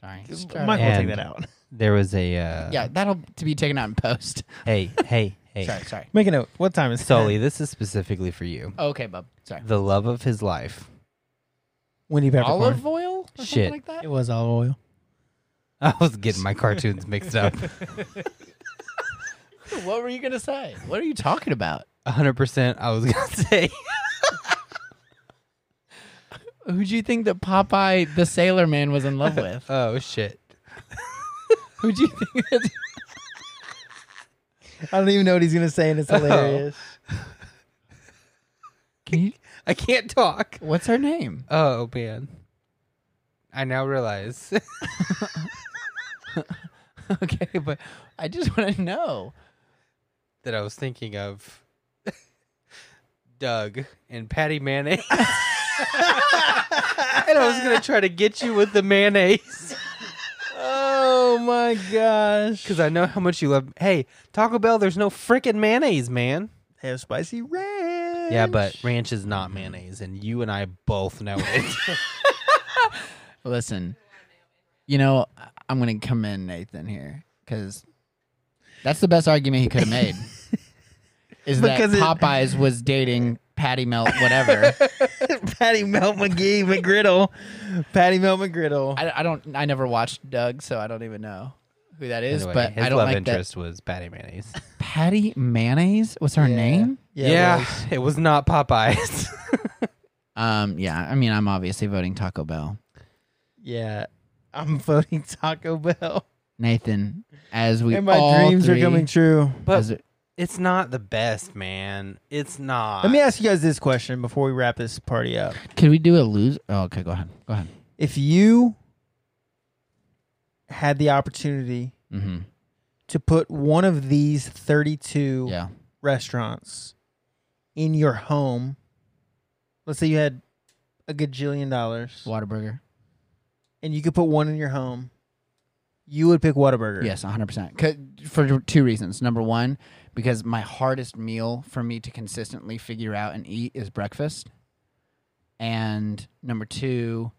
Sorry. Mike will take And- that out. There was a uh, Yeah, that'll to be taken out in post. Hey, hey, hey, Sorry, sorry. Make a note. What time is it? Sully. This is specifically for you. Okay, bub. Sorry. The love of his life. Wendy peppercorn. Olive oil or something Shit. like that. It was olive oil. I was getting my cartoons mixed up. What were you gonna say? What are you talking about? 100%. I was gonna say Who do you think that Popeye the Sailor Man was in love with? Oh shit. Who do you think? That, I don't even know what he's gonna say, and Oh. it's hilarious. I can't talk. what's her name? Oh man. I now realize. Okay, but I just want to know. that I was thinking of Doug and Patty mayonnaise. and I was going to try to get you with the mayonnaise Oh my gosh! because I know how much you love. Hey, Taco Bell, there's no freaking mayonnaise, man. They have spicy ranch. Yeah, but ranch is not mayonnaise, and you and I both know it. Listen, you know, I- I'm gonna come in Nathan here because that's the best argument he could have made. Is Because it- that Popeyes was dating Patty Melt, whatever. Patty Melt McGee McGriddle. Patty Melt McGriddle. I, I don't. I never watched Doug, so I don't even know who that is. Anyway, but his I don't love like interest was Patty mayonnaise. that. Patty Mayonnaise was her Yeah. name. Yeah, it was. it, was. not Popeyes. Um. Yeah. I mean, I'm obviously voting Taco Bell. Yeah. I'm voting Taco Bell. Nathan, as we and my all dreams three, are coming true. as but it- it's not the best, man. It's not. Let me ask you guys this question before we wrap this party up. could we do a lose? Oh, okay. Go ahead. Go ahead. If you had the opportunity Mm-hmm. to put one of these 32 Yeah. restaurants in your home, let's say you had a gajillion dollars Whataburger. and you could put one in your home, you would pick Whataburger. Yes, 100%. 'Cause- For two reasons. Number one, because my hardest meal for me to consistently figure out and eat is breakfast. And number two,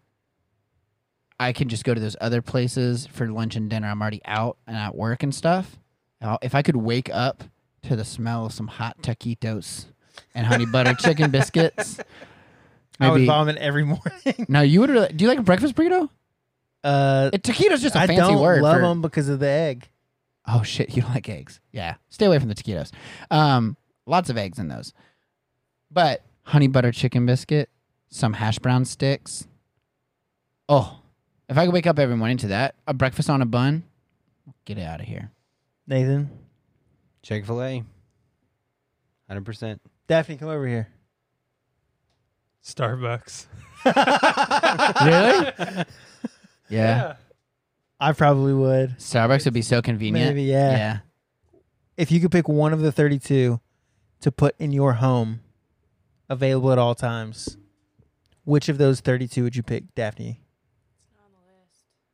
I can just go to those other places for lunch and dinner. I'm already out and at work and stuff. Now, If I could wake up to the smell of some hot taquitos and honey butter chicken biscuits, I would maybe. vomit every morning. No, you would. Really, do you like a breakfast burrito? uh, It, taquito's just a I fancy don't word. love for- them because of the egg. Oh shit, you don't like eggs. Yeah. Stay away from the taquitos. Um, lots of eggs in those. But honey butter chicken biscuit, some hash brown sticks. Oh, if I could wake up every morning to that, a breakfast on a bun, get it out of here. Nathan, Chick fil A. 100%. Daphne, come over here. Starbucks. Really? yeah. I probably would. Starbucks would be so convenient. Maybe, yeah. Yeah. If you could pick one of the 32 to put in your home, available at all times, which of those 32 would you pick, Daphne?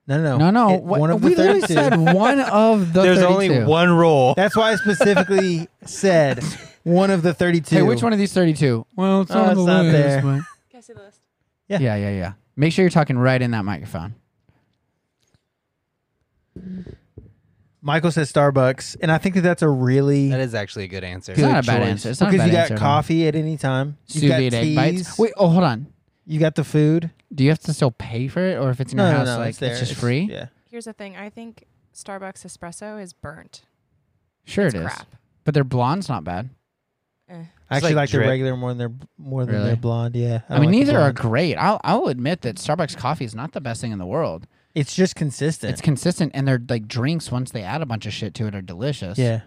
No, no, No, no. no. It- what- one of we the literally 32. said one of the There's 32. only one rule. That's why I specifically said one of the 32. Hey, which one of these 32? Well, it's Oh, on it's the not list. there. but- Can I see the list? Yeah, yeah, yeah. Make sure you're talking right in that microphone. Michael says Starbucks, and I think that that's a really That is actually a good answer. It's Good not a bad choice. answer. It's not a because bad you got answer at all. coffee at any time. You sous got vide egg bites. teas. Wait, oh, hold on. You got the food. Do you have to still pay for it, or if it's in your house, like it's, there. just free? Yeah. Here's the thing. I think Starbucks espresso is burnt. Sure, It's it is. crap. But their blonde's not bad. Eh. I actually like like, their drip. regular more than their more than Really? their blonde. Yeah. I, mean, don't like the neither are blonde. great. I'll I'll admit that Starbucks coffee is not the best thing in the world. It's just consistent. It's consistent, and their like drinks once they add a bunch of shit to it are delicious. yeah.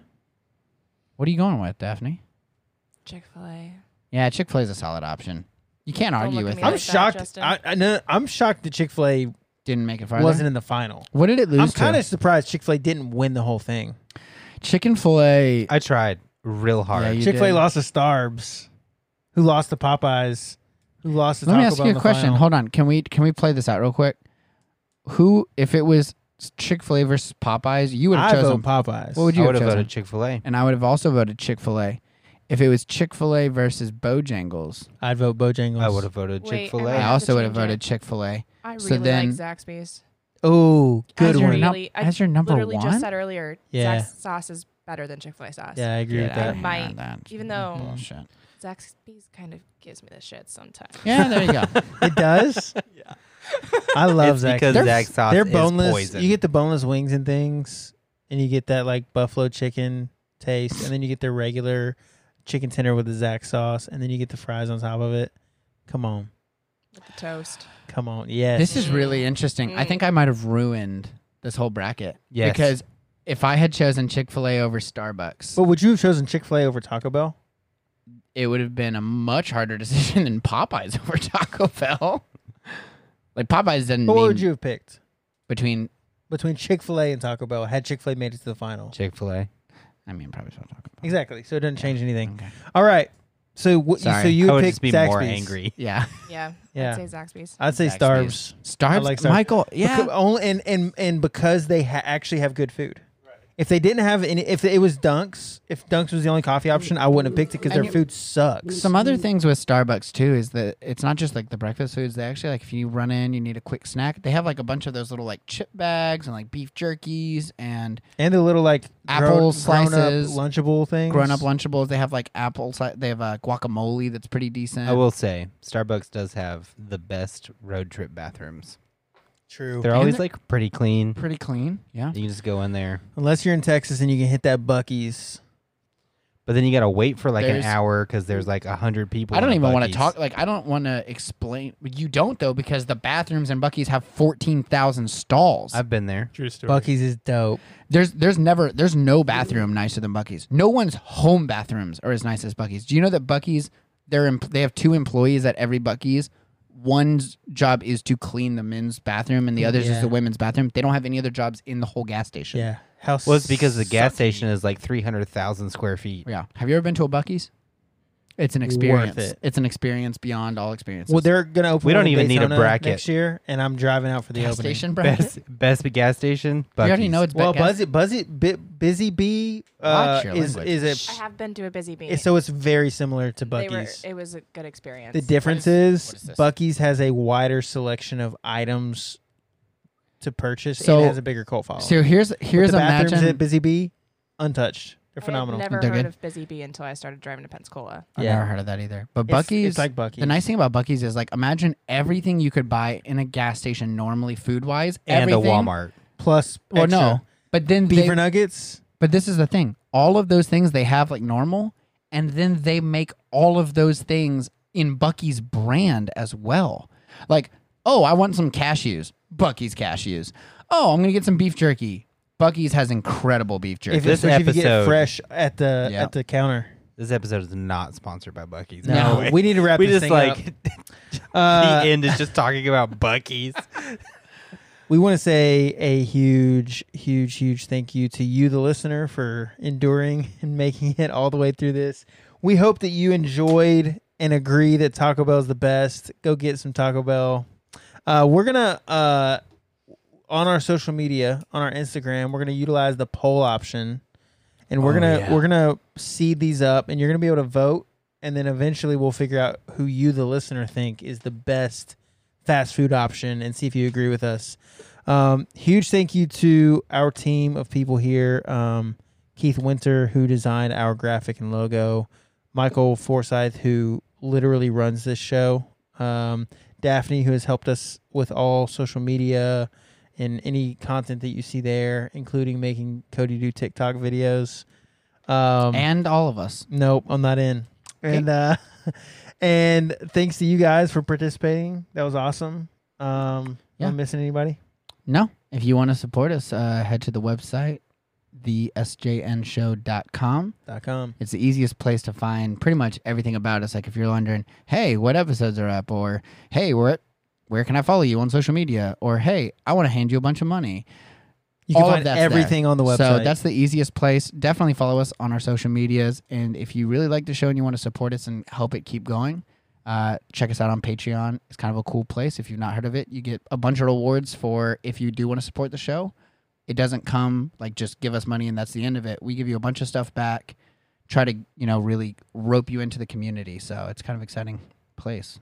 What are you going with, Daphne? Chick fil A. Yeah, Chick Fil A is a solid option. You can't Don't argue look at with me it. I'm that, shocked. Justin. I, I know. I'm shocked that Chick Fil A Didn't make it farther. wasn't in the final. What did it lose I'm kind to? of surprised Chick Fil A didn't win the whole thing. Chicken fillet. I tried real hard. Yeah, you Chick Fil A did. lost to Starbucks, who lost to Popeyes, who lost to Let Taco me ask Bell you in a the question. final. Hold on. Can we can we play this out real quick? Who, if it was Chick Fil A versus Popeyes, you would have I chosen. vote Popeyes. what would you I have would have chosen? voted Chick Fil A. and I would have also voted Chick Fil A. If it was Chick Fil A versus Bojangles, I'd vote Bojangles. I would have voted Wait, Chick Oh, Fil I I have A. to also would have change it. voted Chick Fil A. I really So then- like Zaxby's. Oh, As good your one. num- Really, I as your number Literally one. just said earlier, Yeah. Zaxby's sauce is better than Chick Fil A sauce. Yeah, Mm-hmm. I agree with I that. might, that. even though- Bullshit. Zaxby's kind of gives me the shit sometimes. Yeah, there you go. It does. I love It's Zaxby's. because They're- Zaxby's sauce They're is boneless. poison. You get the boneless wings and things, and you get that like buffalo chicken taste, and then you get their regular chicken tender with the Zax sauce, and then you get the fries on top of it. Come on, With the toast. come on, yes. This is really interesting. I think I might have ruined this whole bracket. Yes. Because if I had chosen Chick Fil A over Starbucks, but would you have chosen Chick Fil A over Taco Bell? it would have been a much harder decision than Popeyes over Taco Bell. Like Popeyes didn't What mean would you have picked between. between Chick Fil A and Taco Bell? Had Chick Fil A made it to the final? Chick Fil A. I mean, probably still Taco Bell. Exactly. So it doesn't change anything. Okay. All right. So what? you- So Sorry. I you would picked just be Zaxby's. more angry. Yeah, Yeah, Yeah. I'd say Zaxby's. I'd say Zaxby's. Starbucks. Starbucks. like Starbucks. Michael. Yeah, Becau- only and and and because they ha- actually have good food. If they didn't have any, if it was Dunks, if Dunks was the only coffee option, I wouldn't have picked it because their And you- food sucks. Some other things with Starbucks too is that it's not just like the breakfast foods. They actually like if you run in, you need a quick snack. They have like a bunch of those little like chip bags and like beef jerkies and and the little like Apple grown, slices, grown up lunchable things, grown up lunchables. They have like apple. si- They have uh, guacamole that's pretty decent. I will say Starbucks does have the best road trip bathrooms. True. They're And always they're- like pretty clean. pretty clean. Yeah. You can just go in there, Unless you're in Texas and you can hit that Bucky's. but then you gotta wait for like There's- an hour because there's like a hundred people. I don't in a even want to Buc-ee's. talk. Like I don't want to explain. You don't though because the bathrooms and Bucky's have fourteen thousand stalls. I've been there. True story. Bucky's is dope. There's there's never there's no bathroom nicer than Bucky's. No one's home bathrooms are as nice as Bucky's. Do you know that Bucky's they're em- they have two employees at every Bucky's. One's job is to clean the men's bathroom and the other's Yeah. is the women's bathroom. They don't have any other jobs in the whole gas station. Yeah. House. Well, it's because the gas station is like three hundred thousand square feet. Yeah. Have you ever been to a Bucky's? It's an experience. it. It's an experience beyond all experiences. Well, they're gonna open. We don't one in even need a Daytona bracket. next year, and I'm driving out for the gas opening. station bracket. Best, best gas station. Buc-ee's. You already know it's Well, gas- Buzzy, Buzzy, Bu- Busy Bee uh, Watch your is language. is I have been to a busy bee. it. So it's very similar to they Bucky's. were, it was a good experience. The difference What is, is- what is this? Bucky's has a wider selection of items to purchase So- and has a bigger cult following. So here's here's the bathrooms imagine at Busy Bee, untouched. They're phenomenal. I had never They're heard good. of busy bee until I started driving to Pensacola. I've Yeah. never heard of that either. But It's- Bucky's it's like Bucky's. The nice thing about Bucky's is like imagine everything you could buy in a gas station normally food wise and a everything, Walmart. Plus, Well, extra no, but then beaver they, nuggets. but this is the thing. All of those things they have like normal, and then they make all of those things in Bucky's brand as well. Like, oh, I want some cashews. Bucky's cashews. Oh, I'm gonna get some beef jerky. Bucky's has incredible beef jerky. If it's This which if you get it episode- fresh at the Yeah. at the counter. This episode is not sponsored by Bucky's. No, way. we need to wrap we this just thing up. like Uh, the end is just talking about Bucky's. We want to say a huge, huge, huge thank you to you, the listener, for enduring and making it all the way through this. We hope that you enjoyed and agree that Taco Bell is the best. Go get some Taco Bell. Uh, we're gonna uh, on our social media, on our Instagram, we're gonna utilize the poll option, and we're Oh, gonna yeah. we're gonna seed these up, and you're gonna be able to vote, and then eventually we'll figure out who you, the listener, think is the best fast food option, and see if you agree with us. Um, huge thank you to our team of people here. Um, Keith Winter, who designed our graphic and logo, Michael Forsyth, who literally runs this show, um, Daphne, who has helped us with all social media and any content that you see there, including making Cody do TikTok videos. Um, and all of us. Nope, I'm not in. And uh and thanks to you guys for participating. That was awesome. Um Yeah. am I missing anybody? No. If you want to support us, uh, head to the website, thesjnshow.com. Dot com. It's the easiest place to find pretty much everything about us. Like if you're wondering, hey, what episodes are up, or hey, where where can I follow you on social media, or hey, I want to hand you a bunch of money. You can All of find that's everything on the website. So that's the easiest place. Definitely follow us on our social medias, and if you really like the show and you want to support us and help it keep going. Uh, check us out on Patreon. It's kind of a cool place. If you've not heard of it, you get a bunch of rewards for if you do want to support the show. It doesn't come like just give us money and that's the end of it. We give you a bunch of stuff back try to you know really rope you into the community so it's kind of exciting place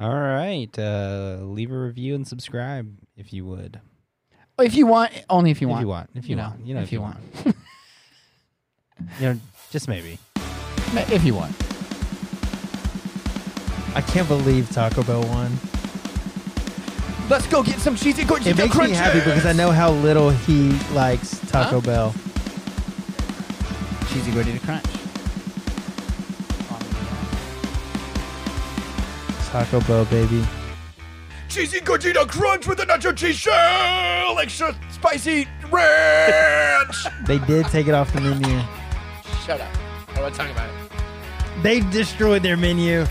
All right. Uh, leave a review and subscribe if you would. if you want only if you if want you want. If you, want. you know, if, you want, want. You know, just maybe. if you want I can't believe Taco Bell won. let's go get some cheesy It makes me happy because I know how little he likes Huh? Taco Bell. cheesy gordita crunch Taco Bell, baby. cheesy gordita crunch with a nacho cheese shell, extra spicy ranch. They did take it off the menu. Shut up! I want to talk about it. They destroyed their menu.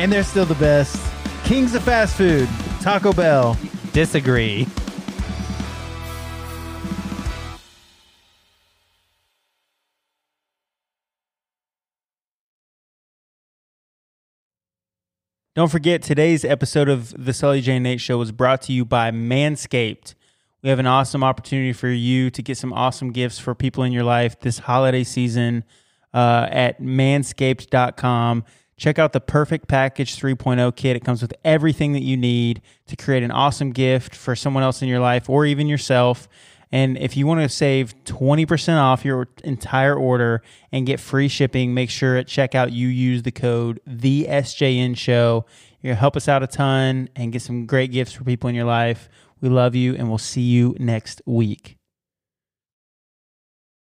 And they're still the best. Kings of fast food, Taco Bell. Disagree. Don't forget, today's episode of the Sully J. and Nate Show was brought to you by Manscaped. We have an awesome opportunity for you to get some awesome gifts for people in your life this holiday season uh, at manscaped.com. Check out the Perfect Package 3.0 kit. It comes with everything that you need to create an awesome gift for someone else in your life or even yourself. And if you want to save 20% off your entire order and get free shipping, make sure at checkout you use the code the SJN show. You're going to help us out a ton and get some great gifts for people in your life. We love you and we'll see you next week.